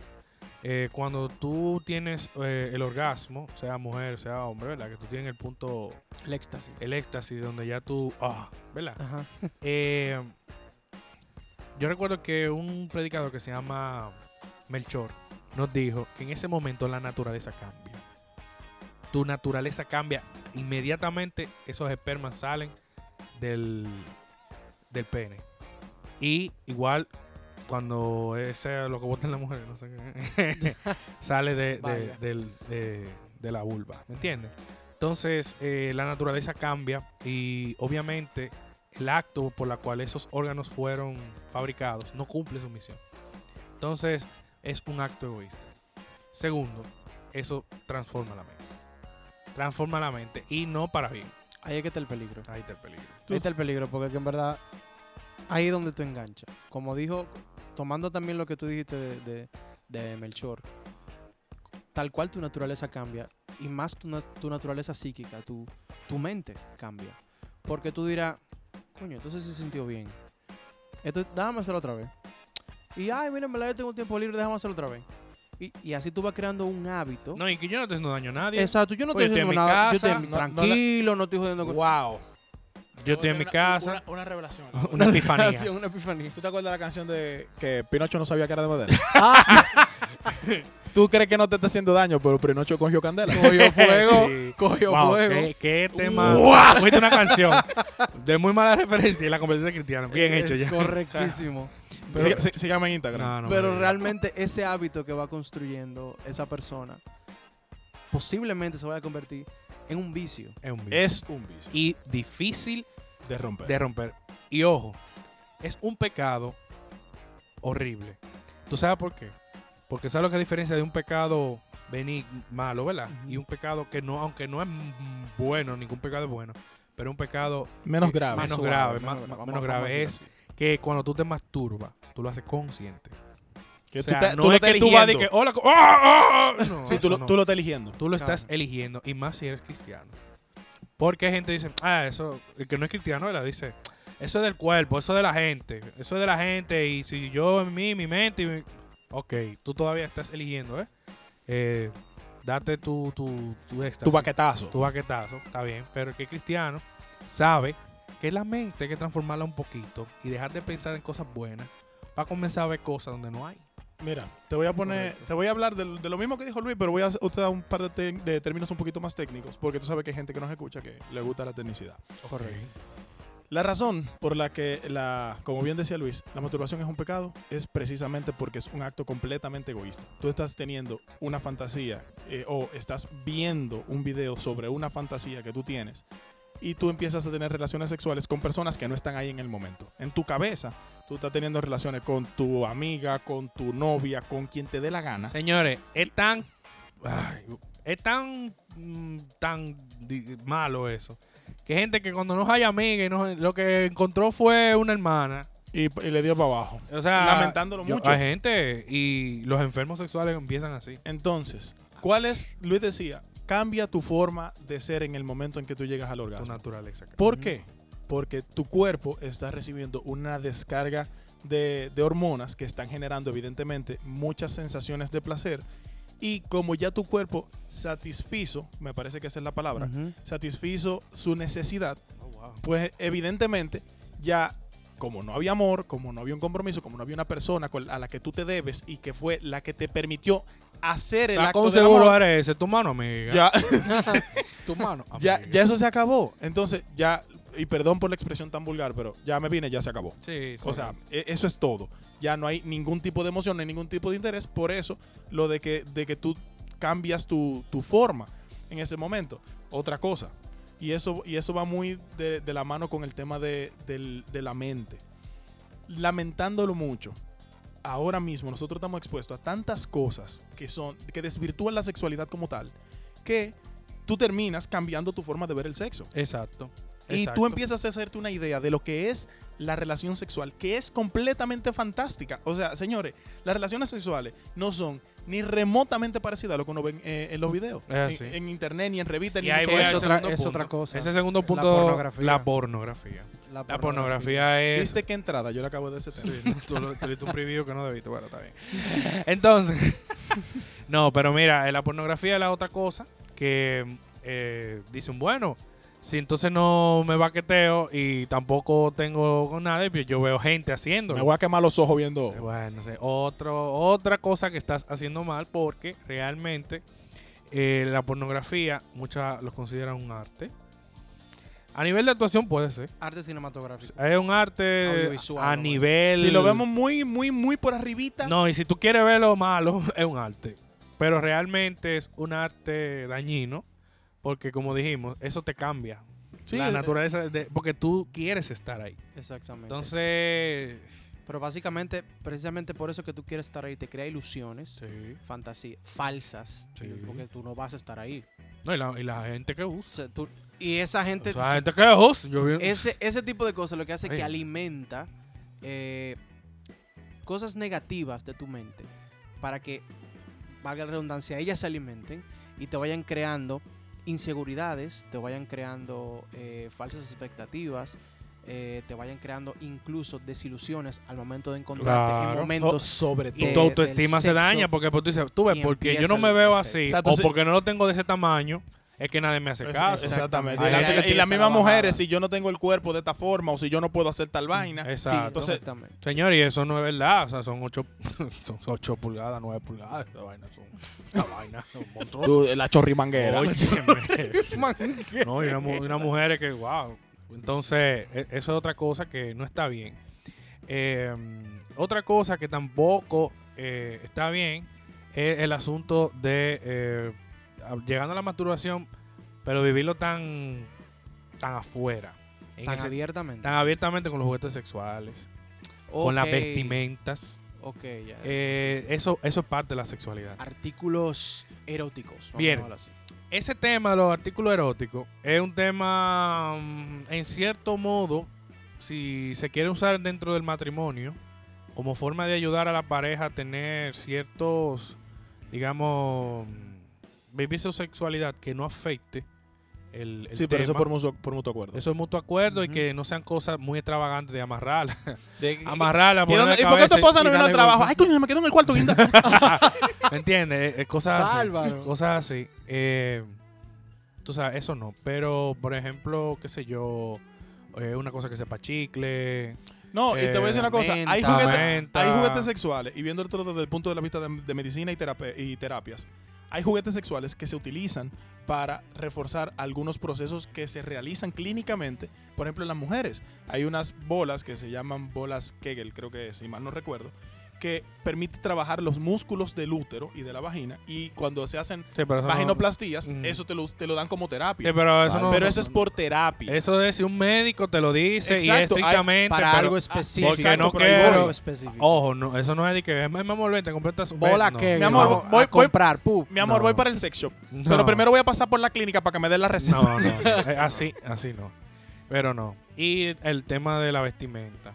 eh, cuando tú tienes eh, el orgasmo, sea mujer, sea hombre, ¿verdad? Que tú tienes el punto,
El éxtasis.
el éxtasis, donde ya tú, ah, ¿verdad?
Ajá.
Eh, yo recuerdo que un predicador que se llama Melchor nos dijo que en ese momento la naturaleza cambia. Tu naturaleza cambia. Inmediatamente esos espermas salen del, del pene. Y igual cuando ese lo que botan las mujeres, no sé qué, sale de, de-
Vaya.
del- de- de la vulva. ¿Me entiendes? Entonces eh, la naturaleza cambia y obviamente el acto por la cual esos órganos fueron fabricados no cumple su misión. Entonces, es un acto egoísta. Segundo, eso transforma la mente. Transforma la mente y no para bien.
Ahí es que está el peligro.
Ahí está el peligro.
Ahí está el peligro, porque es que en verdad ahí es donde tú enganchas. Como dijo, tomando también lo que tú dijiste de, de- de Melchor, tal cual tu naturaleza cambia, y más tu, na- tu naturaleza psíquica, tu, tu mente cambia. Porque tú dirás, coño, entonces se sintió bien. Esto, déjame hacerlo otra vez. Y, ay, mira, en verdad yo tengo un tiempo libre, déjame hacerlo otra vez. Y, y así tú vas creando un hábito.
No, y que yo no te haciendo daño a nadie.
Exacto, yo no
Oye,
estoy
estoy en
haciendo
mi
nada. yo
casa,
estoy en mi-
no- no la-
tranquilo, no, estoy jodiendo con
Wow.
yo estoy en mi
Una-
casa.
Una, una revelación.
Una, epifanía.
Hacía una epifanía.
¿Tú te acuerdas de la canción de que Pinocho no sabía que era de madera?
Ah.
Tú crees que no te está haciendo daño, pero Pinocho cogió candela.
Cogió fuego.
Sí.
Cogió
Wow,
fuego.
qué, qué tema. Fuiste una canción de muy mala referencia y la conversación de cristiano. Bien
Eh,
hecho ya.
Correctísimo.
Pero,
Pero-
sí- sígame en Instagram.
No, no,
Pero
hombre.
realmente ese hábito que va construyendo esa persona posiblemente se vaya a convertir en un vicio.
Es un vicio.
Es un vicio
Y difícil
de romper.
de romper. Y ojo, es un pecado horrible. ¿Tú sabes por qué? Porque sabes lo que es la diferencia de un pecado benigno, malo, ¿verdad? Y un pecado que no, aunque no es mm, bueno, ningún pecado es bueno, pero un pecado
menos
eh,
grave.
menos
suave,
grave, más-
menos grave,
más-
vamos-
menos
vamos a
grave
decirlo
es que cuando tú te masturbas, tú lo haces consciente.
Que
o
tú
sea,
te-
no
tú lo
es
estás
que tú vas de que,
eligiendo.
hola, co- ¡Ah, ah, ah! No,
oh, Sí,
eso
tú, lo,
no.
tú lo estás eligiendo.
Tú lo estás
Claro.
eligiendo, y más si eres cristiano. Porque hay gente que dice, ah, eso, el que no es cristiano, ¿verdad? Dice, eso es del cuerpo, eso es de la gente, eso es de la gente, y si yo en mí, mi mente, y mi- ok, tú todavía estás eligiendo, ¿eh? Eh, date tu, tu, tu éxtasis,
Tu baquetazo.
tu baquetazo, está bien, pero que cristiano sabe que la mente hay que transformarla un poquito y dejar de pensar en cosas buenas para comenzar a ver cosas donde no hay.
Mira, te voy a poner,
Correcto.
te voy a hablar de, de lo mismo que dijo Luis, pero voy a usar un par de, te- de términos un poquito más técnicos, porque tú sabes que hay gente que nos escucha que le gusta la tecnicidad.
Correcto.
La razón por la que, la, como bien decía Luis, la masturbación es un pecado es precisamente porque es un acto completamente egoísta. Tú estás teniendo una fantasía eh, o estás viendo un video sobre una fantasía que tú tienes y tú empiezas a tener relaciones sexuales con personas que no están ahí en el momento. En tu cabeza, tú estás teniendo relaciones con tu amiga, con tu novia, con quien te dé la gana.
Señores, es tan. ay, es tan. mm, tan di- malo eso. Que gente que cuando no hay amiga y no- lo que encontró fue una hermana.
Y, y le dio para abajo.
O sea,
Lamentándolo
yo-
mucho.
Hay gente y los enfermos sexuales empiezan así.
Entonces, ¿cuál es? Luis decía, cambia tu forma de ser en el momento en que tú llegas al
Tu
orgasmo.
naturaleza. cara.
¿Por qué? Porque tu cuerpo está recibiendo una descarga de, de hormonas que están generando evidentemente muchas sensaciones de placer. Y como ya tu cuerpo satisfizo, me parece que esa es la palabra,
Ujú.
satisfizo su necesidad,
Oh, wow.
pues evidentemente ya como no había amor, como no había un compromiso, como no había una persona con- a la que tú te debes y que fue la que te permitió hacer el
Sacó
acto
un
de
seguro ¿eh?
amor,
eres tu mano, amiga.
ya,
Tu mano,
ya,
amiga.
ya eso se acabó. Entonces ya, y perdón por la expresión tan vulgar, pero ya me vine, ya se acabó.
Sí,
O sea, e- eso es todo. Ya no hay ningún tipo de emoción, no hay ningún tipo de interés. Por eso, lo de que, de que tú cambias tu, tu forma en ese momento. Otra cosa. Y eso, y eso va muy de, de la mano con el tema de, del- de la mente. Lamentándolo mucho, ahora mismo nosotros estamos expuestos a tantas cosas que son que desvirtúan la sexualidad como tal, que tú terminas cambiando tu forma de ver el sexo.
exacto.
Y
exacto.
tú empiezas a hacerte una idea de lo que es la relación sexual, que es completamente fantástica. O sea, señores, las relaciones sexuales no son ni remotamente parecidas a lo que uno ve eh, en los videos.
Es así.
En, en internet, ni en revistas,
Ah, Y
ni
ahí
mucho
voy
menos.
Es
al
otra-
segundo
es
punto.
otra cosa.
Ese segundo punto.
pornografía.
La pornografía. La pornografía es.
¿Viste qué entrada? Yo le acabo de hacer.
Sí, tú, lo- tú le diste un preview que no debiste, bueno, está bien. Entonces, no, pero mira, eh, la pornografía es la otra cosa que eh, dicen, bueno, si entonces no me baqueteo y tampoco tengo con nada, pues yo veo gente haciéndolo.
Me voy a quemar los ojos viendo.
Eh, Bueno, sí, otro, otra cosa que estás haciendo mal porque realmente eh, la pornografía, muchas los consideran un arte. A nivel de actuación puede ser.
Arte cinematográfico.
Es un arte
Audiovisual,
a
vamos a decir.
nivel...
Si lo vemos muy, muy, muy por arribita.
No, y si tú quieres ver lo malo, es un arte. Pero realmente es un arte dañino, porque como dijimos, eso te cambia.
Sí,
la
eh,
naturaleza, de- porque tú quieres estar ahí.
Exactamente.
Entonces,
Pero básicamente, precisamente por eso que tú quieres estar ahí, te crea ilusiones, fantasías falsas,
Sí.
porque tú no vas a estar ahí.
no, y, la, y la gente que
O
usa.
sea, tú- y esa gente,
O sea, gente que usa. Yo vi-
ese, ese tipo de cosas lo que hace es que
Ay.
alimenta eh, cosas negativas de tu mente para que, valga la redundancia, ellas se alimenten y te vayan creando inseguridades, te vayan creando eh, falsas expectativas. eh, te vayan creando incluso desilusiones al momento de encontrarte en
Claro.
so-
momentos
sobre
y
Y
todo.
tu
de-
autoestima
del
se
sexo.
daña porque pues, tú dices, tú ves,
Y
porque yo
empieza
no me
el
veo
efecto.
así,
Exacto,
o
sí.
porque no lo tengo de ese tamaño, es que nadie me hace caso.
Exactamente.
Ahí
Y la-
es que
Y,
empieza
las
la
mismas mujeres,
bajada.
si yo no tengo el cuerpo de esta forma o si yo no puedo hacer tal
Mm,
vaina,
Sí,
Exacto.
entonces-
exactamente.
Señor, y eso no es verdad. O sea, son 8, son 8 pulgadas, 9 pulgadas. Esa vaina son una vaina monstruosa.
tú, la chorrimanguera.
Óyeme. no, y una, mu- y una mujer que, wow. Entonces, e- eso es otra cosa que no está bien. Eh, otra cosa que tampoco eh, está bien es el asunto de eh, a- llegando a la masturbación, pero vivirlo tan, tan afuera. En
Tan
el se-
abiertamente.
tan abiertamente con los juguetes sexuales, con las
Ok,
vestimentas.
ok, ya,
Eh,
sí, sí.
Eso, eso es parte de la sexualidad.
Artículos eróticos. vamos a
Bien.
llamarlo así.
Ese tema de los artículos eróticos es un tema, mm, en cierto modo, si se quiere usar dentro del matrimonio, como forma de ayudar a la pareja a tener ciertos, digamos, mm, vivir su sexualidad que no afecte el, el
Sí, pero eso
tema.
por mutuo, por mutuo acuerdo.
Eso es mutuo acuerdo y
Ujú.
que no sean cosas muy extravagantes de amarrarla.
De-
amarrarla,
¿Y, dónde-
ponerla
y por qué tu
cabeza-
esposa no
y
vino al
darle
trabajo?
golpes.
Ay, coño, me quedo en el cuarto, guinda.
¿Me entiendes? Eh, eh, Cosas así.
Bárbaro.
Cosas así. Eh, tú sabes, eso no. Pero, por ejemplo, qué sé yo, eh, una cosa que sepa chicle.
No, y te voy a decir una cosa. Hay
Menta.
juguetes,
Menta.
hay juguetes sexuales, y viéndolo desde el punto de la vista de, de medicina y, terape- y terapias, hay juguetes sexuales que se utilizan para reforzar algunos procesos que se realizan clínicamente. Por ejemplo, en las mujeres. Hay unas bolas que se llaman bolas Kegel, creo que es, si mal no recuerdo, que permite trabajar los músculos del útero y de la vagina. Y cuando se hacen
Sí, pero eso no-
vaginoplastías,
Ujú.
eso te lo, te lo dan como terapia.
Sí, pero eso
Vale.
no-
Pero eso es por terapia.
Eso es si un médico te lo dice y es
Exacto, hay-
estrictamente.
Para
pero- ah,
algo específico.
porque
pero ahí voy.
no
Para
quiero.
algo específico.
Ojo, no, eso no es de que. Es más, vamos a te completas un
Bola
no.
que
Mi amor,
vamos
voy-
a comprar. pu.
Mi amor,
No.
voy para el sex shop.
No.
Pero primero voy a pasar por la clínica para que me den la receta.
No, no. eh, así, así no. Pero no. Y el tema de la vestimenta.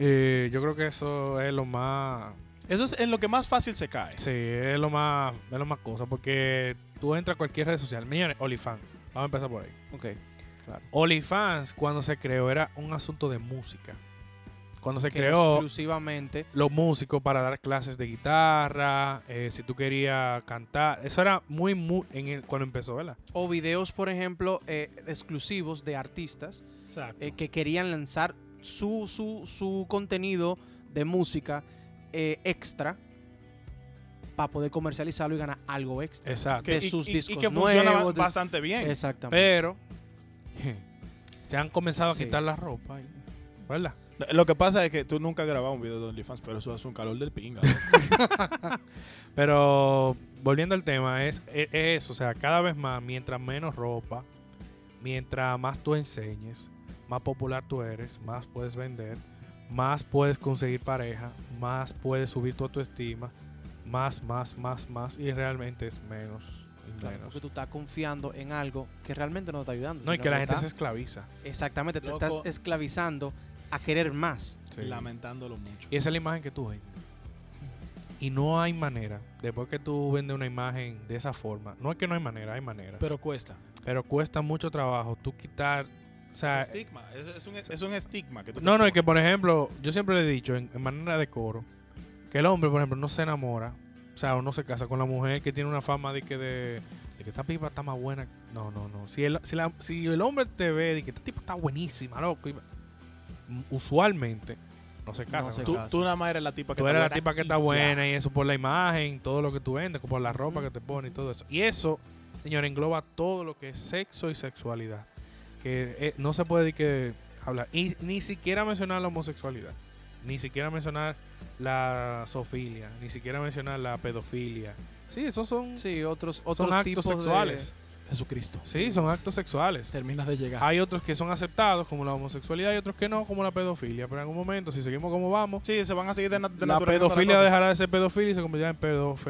Eh, yo creo que eso es lo más.
Eso es en lo que más fácil se cae.
Sí, es lo más, es lo más cosa. Porque tú entras a cualquier red social. Miren, OnlyFans. Vamos a empezar por ahí.
Ok.
OnlyFans, cuando se creó, era un asunto de música. Cuando se
Que
creó,
Exclusivamente.
los músicos para dar clases de guitarra, eh, si tú querías cantar. Eso era muy, muy en el- cuando empezó, ¿verdad?
O videos, por ejemplo, eh, exclusivos de artistas
Exacto.
eh, que querían lanzar su, su, su contenido de música eh, extra para poder comercializarlo y ganar algo extra.
Exacto.
de sus discos
que funciona
nuevos, de-
bastante bien.
Exactamente.
Pero se han comenzado
Sí.
a quitar la ropa, y- ¿verdad?
Lo que pasa es que tú nunca has grabado un video de OnlyFans, pero eso es un calor del pinga.
Pero volviendo al tema, es, es eso, o sea, cada vez más, mientras menos ropa, mientras más tú enseñes, más popular tú eres, más puedes vender, más puedes conseguir pareja, más puedes subir tu autoestima, más, más, más, más, y realmente es menos. y
Claro,
menos.
porque tú estás confiando en algo que realmente no te está ayudando.
No, y
sino
que la gente
está-
se esclaviza.
Exactamente, te
Loco.
estás esclavizando a querer más.
Lamentándolo mucho.
Y esa es la imagen que tú vendes. Y no hay manera, después que tú vendes una imagen de esa forma, no es que no hay manera, hay manera.
Pero cuesta.
Pero cuesta mucho trabajo tú quitar. O sea,
Estigma. Es, es un, es un estigma que tú
no, no, es
que...
que por ejemplo, yo siempre le he dicho en, en manera de coro que el hombre, por ejemplo, no se enamora, o sea, o no se casa con la mujer que tiene una fama de que de, de que esta pipa está más buena. No, no, no. Si el, si, la- si el hombre te ve de que esta tipa está buenísima, loco, y- usualmente no se casa.
No se
con la
Tú, tú nada más eres la tipa que
Tú
está
eres la
buena
tipa que
y
está
ya.
buena y eso por la imagen, todo lo que tú vendes, por la ropa que te pones y todo eso. Y eso, señor, engloba todo lo que es sexo y sexualidad. Que eh, no se puede que hablar. Y ni siquiera mencionar la homosexualidad. Ni siquiera mencionar la zoofilia. Ni siquiera mencionar la pedofilia. Sí, esos son,
Sí, otros,
son
otros
actos
tipos
sexuales.
Jesucristo.
Sí, son actos sexuales.
Terminas de llegar.
Hay otros que son aceptados, como la homosexualidad, y otros que no, como la pedofilia. Pero en algún momento, si seguimos como vamos,
Sí, se van a seguir de, na- de
la
naturalizando
pedofilia
cosa.
dejará de ser pedofilia y se convertirá en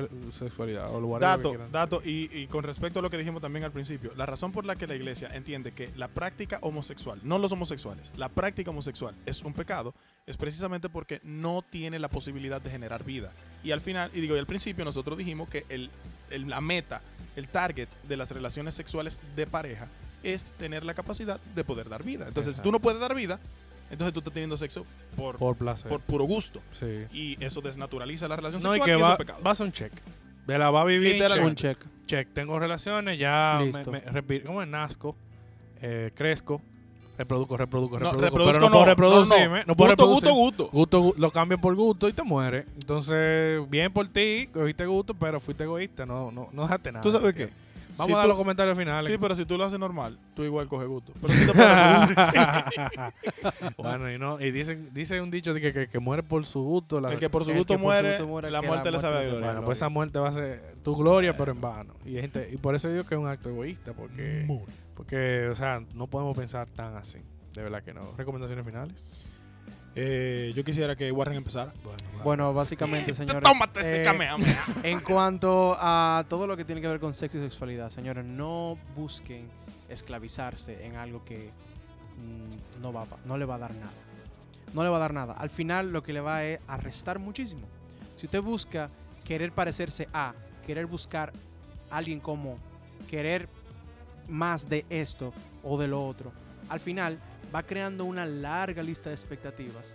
pedosexualidad. O whatever que
Dato,
quieran.
dato, y, y con respecto a lo que dijimos también al principio, la razón por la que la iglesia entiende que la práctica homosexual, no los homosexuales, la práctica homosexual es un pecado, es precisamente porque no tiene la posibilidad de generar vida. Y al final, y digo, y al principio nosotros dijimos que el, el- la meta, el target de las relaciones sexuales de pareja es tener la capacidad de poder dar vida. Entonces, si tú
Exacto.
no puedes dar vida, entonces tú estás teniendo sexo por, por,
Por placer.
puro gusto.
sí.
Y eso desnaturaliza la relación
No, y
sexual y,
que
es
va,
un pecado.
vas a un check. De la va a vivir.
de... Un
Literalmente.
Check.
check.
check. Tengo relaciones, ya me,
Listo.
me repi- ¿cómo es? Nazco, eh, crezco, reproduzco, reproduzco,
No,
reproduzco.
reproduzco
pero no,
no,
puedo
no, no.
reproducirme. No, puedo
gusto,
reproducir.
gusto, gusto.
Gusto, gu- lo cambian por gusto y te mueres. Entonces, bien por ti, cogiste gusto, pero fuiste egoísta, no, no, no dejaste nada.
¿Tú sabes qué?
Vamos
Si
a dar
tú-
los comentarios finales.
Sí, pero si tú lo haces normal, tú igual coges gusto. Pero sí te puedes reproducir.
bueno, y, no, y dicen, dice un dicho de que, que, que muere por su gusto. La,
el que por su
El
gusto
que por su
muere,
gusto muere,
la
que
muerte
la
le sabe a
muerte le
gloria.
bueno, pues esa muerte va a ser tu gloria, pero en vano. Y, hay gente, y por eso digo que es un acto egoísta, porque, porque, o sea, no podemos pensar tan así. De verdad que no. ¿Recomendaciones finales?
Eh, yo quisiera que Warren empezara.
Bueno, básicamente, señores.
Tómate ese
eh,
Kamehameha.
En cuanto a todo lo que tiene que ver con sexo y sexualidad, señores, no busquen esclavizarse en algo que mm, no, va, a- no le va a dar nada. No le va a dar nada. Al final lo que le va es a restar muchísimo. Si usted busca querer parecerse a, querer buscar a alguien como, querer más de esto o de lo otro. Al final va creando una larga lista de expectativas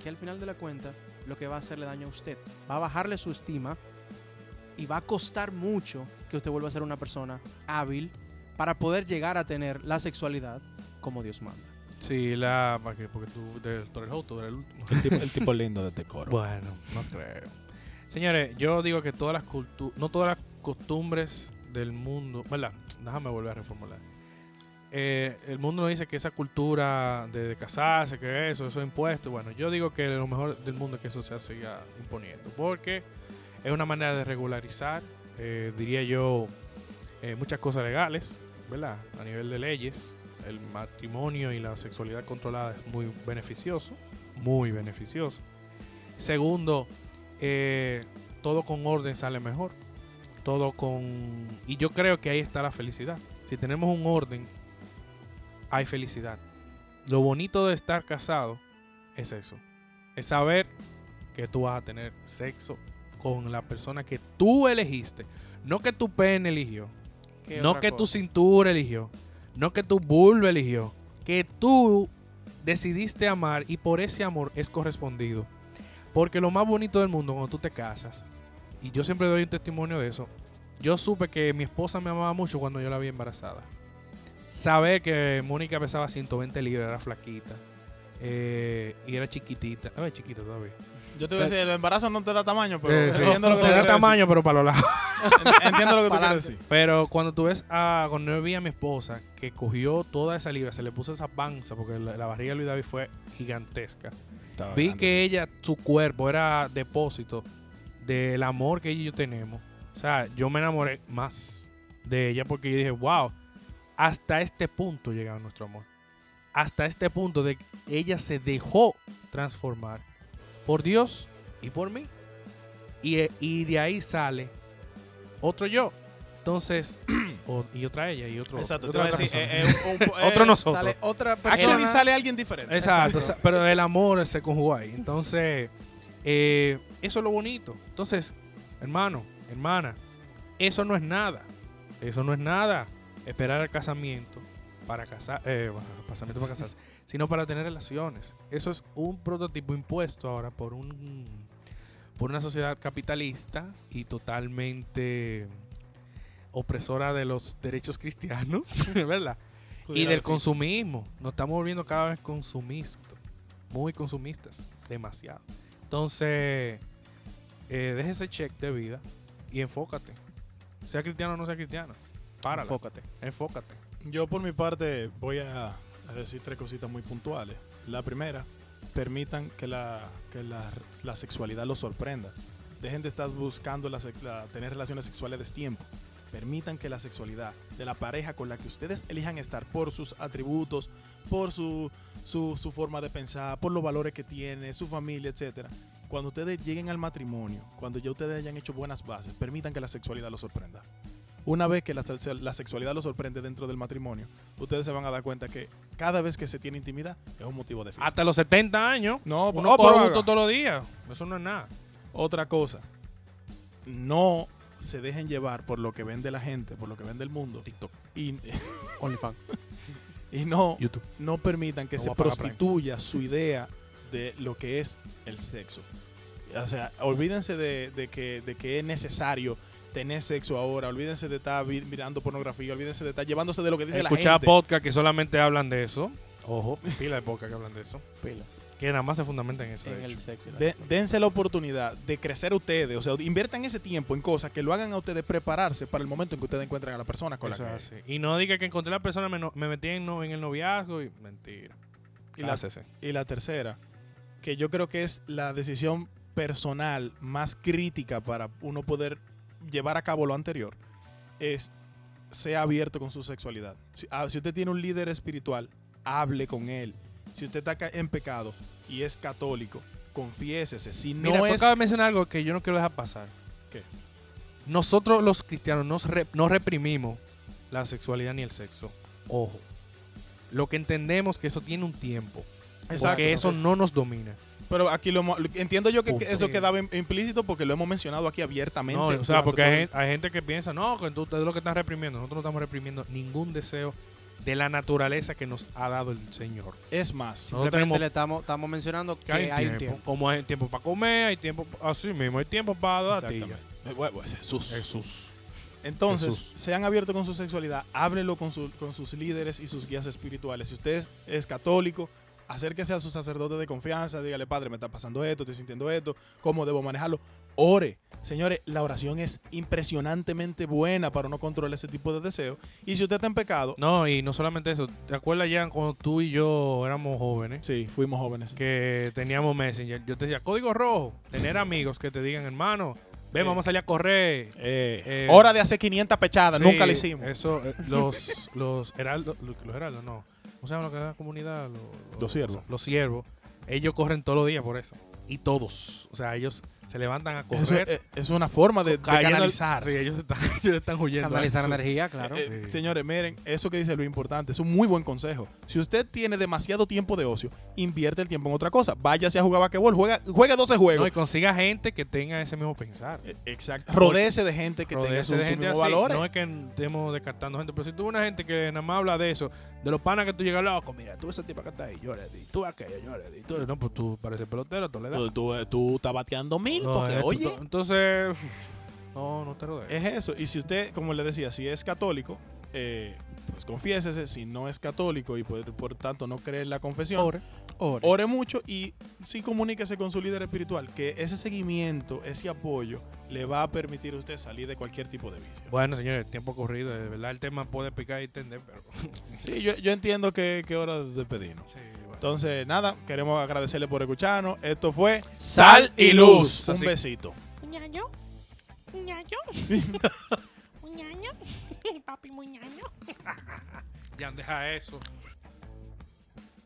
que al final de la cuenta lo que va a hacerle daño a usted. Va a bajarle su estima y va a costar mucho que usted vuelva a ser una persona hábil para poder llegar a tener la sexualidad como Dios manda.
Sí, la. ¿para qué? Porque tú, del- tú eres el auto, el último.
El tipo, el tipo lindo de este coro.
Bueno, no creo. Señores, yo digo que todas las culturas, no todas las costumbres del mundo, ¿verdad? Déjame volver a reformular. Eh, el mundo nos dice que esa cultura de, de casarse, que eso, eso es impuesto. Bueno, yo digo que lo mejor del mundo es que eso se siga imponiendo, porque es una manera de regularizar, eh, diría yo, eh, muchas cosas legales, ¿verdad? A nivel de leyes, el matrimonio y la sexualidad controlada es muy beneficioso, muy beneficioso. Segundo, eh, todo con orden sale mejor. Todo con... Y yo creo que ahí está la felicidad. Si tenemos un orden, hay felicidad. Lo bonito de estar casado es eso. Es saber que tú vas a tener sexo con la persona que tú elegiste. No que tu pene eligió.
¿Qué
No
otra
que tu
cosa?
cintura eligió. No que tu vulva eligió. Que tú decidiste amar y por ese amor es correspondido. Porque lo más bonito del mundo cuando tú te casas, y yo siempre doy un testimonio de eso, yo supe que mi esposa me amaba mucho cuando yo la vi embarazada. Saber que Mónica pesaba 120 libras, era flaquita. eh, y era chiquitita. A ver, chiquita todavía.
Yo te voy a decir, el embarazo no te da tamaño, pero
Eh, sí.
entiendo lo que
Te da
quieres decir.
tamaño, pero para los lados.
Entiendo lo que tú
Pa'lante.
quieres decir.
Pero cuando tú ves a. Cuando yo vi a mi esposa que cogió toda esa libra, se le puso esa panza, porque la, la barriga de Luis David fue gigantesca. Vi que ella, su cuerpo era depósito del amor que ella y yo tenemos. O sea, yo me enamoré más de ella porque yo dije, wow, hasta este punto llegaba nuestro amor. Hasta este punto de que ella se dejó transformar por Dios y por mí. Y, eh, y de ahí sale otro yo. Entonces, o- y otra ella y otro.
Exacto, te
otra
voy a decir.
persona.
eh, eh, un- un- eh,
Otro Eh, nosotros.
Sale otra persona.
Actually sale alguien diferente.
Exacto,
Exacto.
sa- pero el amor se conjugó ahí. Entonces, eh, eso es lo bonito. Entonces, hermano, hermana, eso no es nada. Eso no es nada. Esperar al casamiento para casar, eh, bueno, casamiento para casarse, sino para tener relaciones. Eso es un prototipo impuesto ahora por un por una sociedad capitalista y totalmente opresora de los derechos cristianos, ¿verdad? Y
Pudiera
del
decir.
consumismo. Nos estamos volviendo cada vez consumistas. Muy consumistas. Demasiado. Entonces, eh, deja ese check de vida y enfócate. Sea cristiano o no sea cristiano. Párala.
Enfócate.
enfócate.
Yo por mi parte voy a a decir tres cositas muy puntuales. La primera, permitan que la, que la, la sexualidad los sorprenda. Dejen de estar buscando la sex- la- tener relaciones sexuales de tiempo. Permitan que la sexualidad de la pareja con la que ustedes elijan estar por sus atributos, por su, su, su forma de pensar, por los valores que tiene, su familia, etcétera. Cuando ustedes lleguen al matrimonio, cuando ya ustedes hayan hecho buenas bases, permitan que la sexualidad los sorprenda. Una vez que la, sexu- la sexualidad los sorprende dentro del matrimonio, ustedes se van a dar cuenta que cada vez que se tiene intimidad es un motivo de fiesta.
Hasta los 70 años.
no,
Uno
no,
corre
pero
junto
haga.
todos los días. Eso no es nada.
Otra cosa, no se dejen llevar por lo que vende la gente, por lo que vende el mundo. TikTok. Y,
OnlyFans.
y no,
YouTube.
no permitan que
No
se
voy a pagar Prime.
prostituya su idea de lo que es el sexo. O sea, olvídense de, de que, de que es necesario tener sexo ahora, olvídense de estar vi- mirando pornografía, olvídense de estar llevándose de lo que dice la
Escuchar
gente.
podcast que solamente hablan de eso. Ojo, pila de podcast que hablan de eso. Que nada más se fundamentan en eso. de
En el
hecho.
sexo.
De- dense la oportunidad de crecer ustedes, o sea, inviertan ese tiempo en cosas que lo hagan a ustedes prepararse para el momento en que ustedes encuentren a la persona con
Eso
la que
es así. Y no diga que encontré a la persona, me, no- me metí en, no- en el noviazgo y mentira.
Y la-
Cásese.
Y la tercera, que yo creo que es la decisión personal más crítica para uno poder llevar a cabo lo anterior, es sea abierto con su sexualidad. Si, ah, si usted tiene un líder espiritual, hable con él. Si usted está ca- en pecado y es católico, confiésese. Si no
Mira, tú
es...
acabas de mencionar algo que yo no quiero dejar pasar.
¿Qué?
Nosotros los cristianos nos re- no reprimimos la sexualidad ni el sexo. Ojo. Lo que entendemos que eso tiene un tiempo.
Exacto.
Porque eso no nos domina.
Pero aquí lo hemos- entiendo yo que, que
Punto.
eso
Sí.
quedaba im- implícito porque lo hemos mencionado aquí abiertamente.
No, o sea,
durante
porque
todo
hay,
el-
gen- hay gente que piensa, no, que tú- ustedes lo que están reprimiendo. Nosotros no estamos reprimiendo ningún deseo de la naturaleza que nos ha dado el Señor.
Es más,
No
Simplemente
tenemos-
le estamos, estamos mencionando que
Que hay, tiempo.
tiempo.
Como hay tiempo para comer, hay tiempo así mismo, hay tiempo para dar
Exactamente. Eh, bueno, pues, Jesús.
Jesús.
Entonces,
Jesús.
sean abiertos con su sexualidad, háblenlo con, su- con sus líderes y sus guías espirituales. Si usted es, es católico, acérquese a su sacerdote de confianza, dígale, padre, me está pasando esto, estoy sintiendo esto, ¿cómo debo manejarlo? Ore. Señores, la oración es impresionantemente buena para uno controlar ese tipo de deseos. Y si usted está en pecado,
No, y no solamente eso. ¿Te acuerdas, Jan, cuando tú y yo éramos jóvenes?
sí, fuimos jóvenes.
Que teníamos Messenger. Yo te decía, código rojo. Tener amigos que te digan, hermano, ven,
Sí.
vamos a salir a correr.
Eh,
Eh,
hora de hacer 500 pechadas,
Sí,
nunca la hicimos.
Eso, eh, los, los heraldos, los, los heraldos, no. ¿Cómo se llama lo que es la comunidad? Los,
Los siervos.
Los siervos. Ellos corren todos los días por eso. Y todos. O sea, ellos se levantan a
Eso,
correr.
eh, es una forma de, de
cayendo-
canalizar.
Sí, ellos están, ellos están huyendo.
Canalizar
Eso.
energía, claro.
Eh,
Sí.
Señores, miren, eso que dice lo importante es un muy buen consejo. Si usted tiene demasiado tiempo de ocio, invierte el tiempo en otra cosa. Váyase a jugar basquetbol, juega, juega 12
No,
juegos.
y consiga gente que tenga ese mismo pensar.
Eh, Exacto. Rodéese de gente que tenga
Rodearse
sus
de
sus
gente
mismos
así.
valores.
No es que estemos descartando gente, pero si tú ves una gente que nada más habla de eso, de los panas que tú llegas loco, mira, tú esa tipa que está ahí, llora, y tú aquella, llora, y tú, no, pues tú pareces pelotero, tú le das.
Tú, tú, eh, tú estás bateando mil,
No,
porque
eh, tú-
oye,
tú- Entonces, no, no te rodees.
es eso. Y si usted, como le decía, si es católico, eh, pues confiésese. Si no es católico y por, por tanto no cree en la confesión,
Ore.
Ore.
Ore mucho y sí comuníquese con su líder espiritual, que ese seguimiento, ese apoyo, le va a permitir a usted salir de cualquier tipo de vicio.
Bueno, señores, el tiempo corrido, de verdad el tema puede picar y tender, pero.
Sí, yo, yo entiendo que que es hora de despedirnos. Entonces, nada, queremos agradecerle por escucharnos. Esto fue
Sal
y Luz.
Un
Así-
besito.
Muñaño. Muñaño. Muñaño. Papi, muñaño.
Ya, deja eso.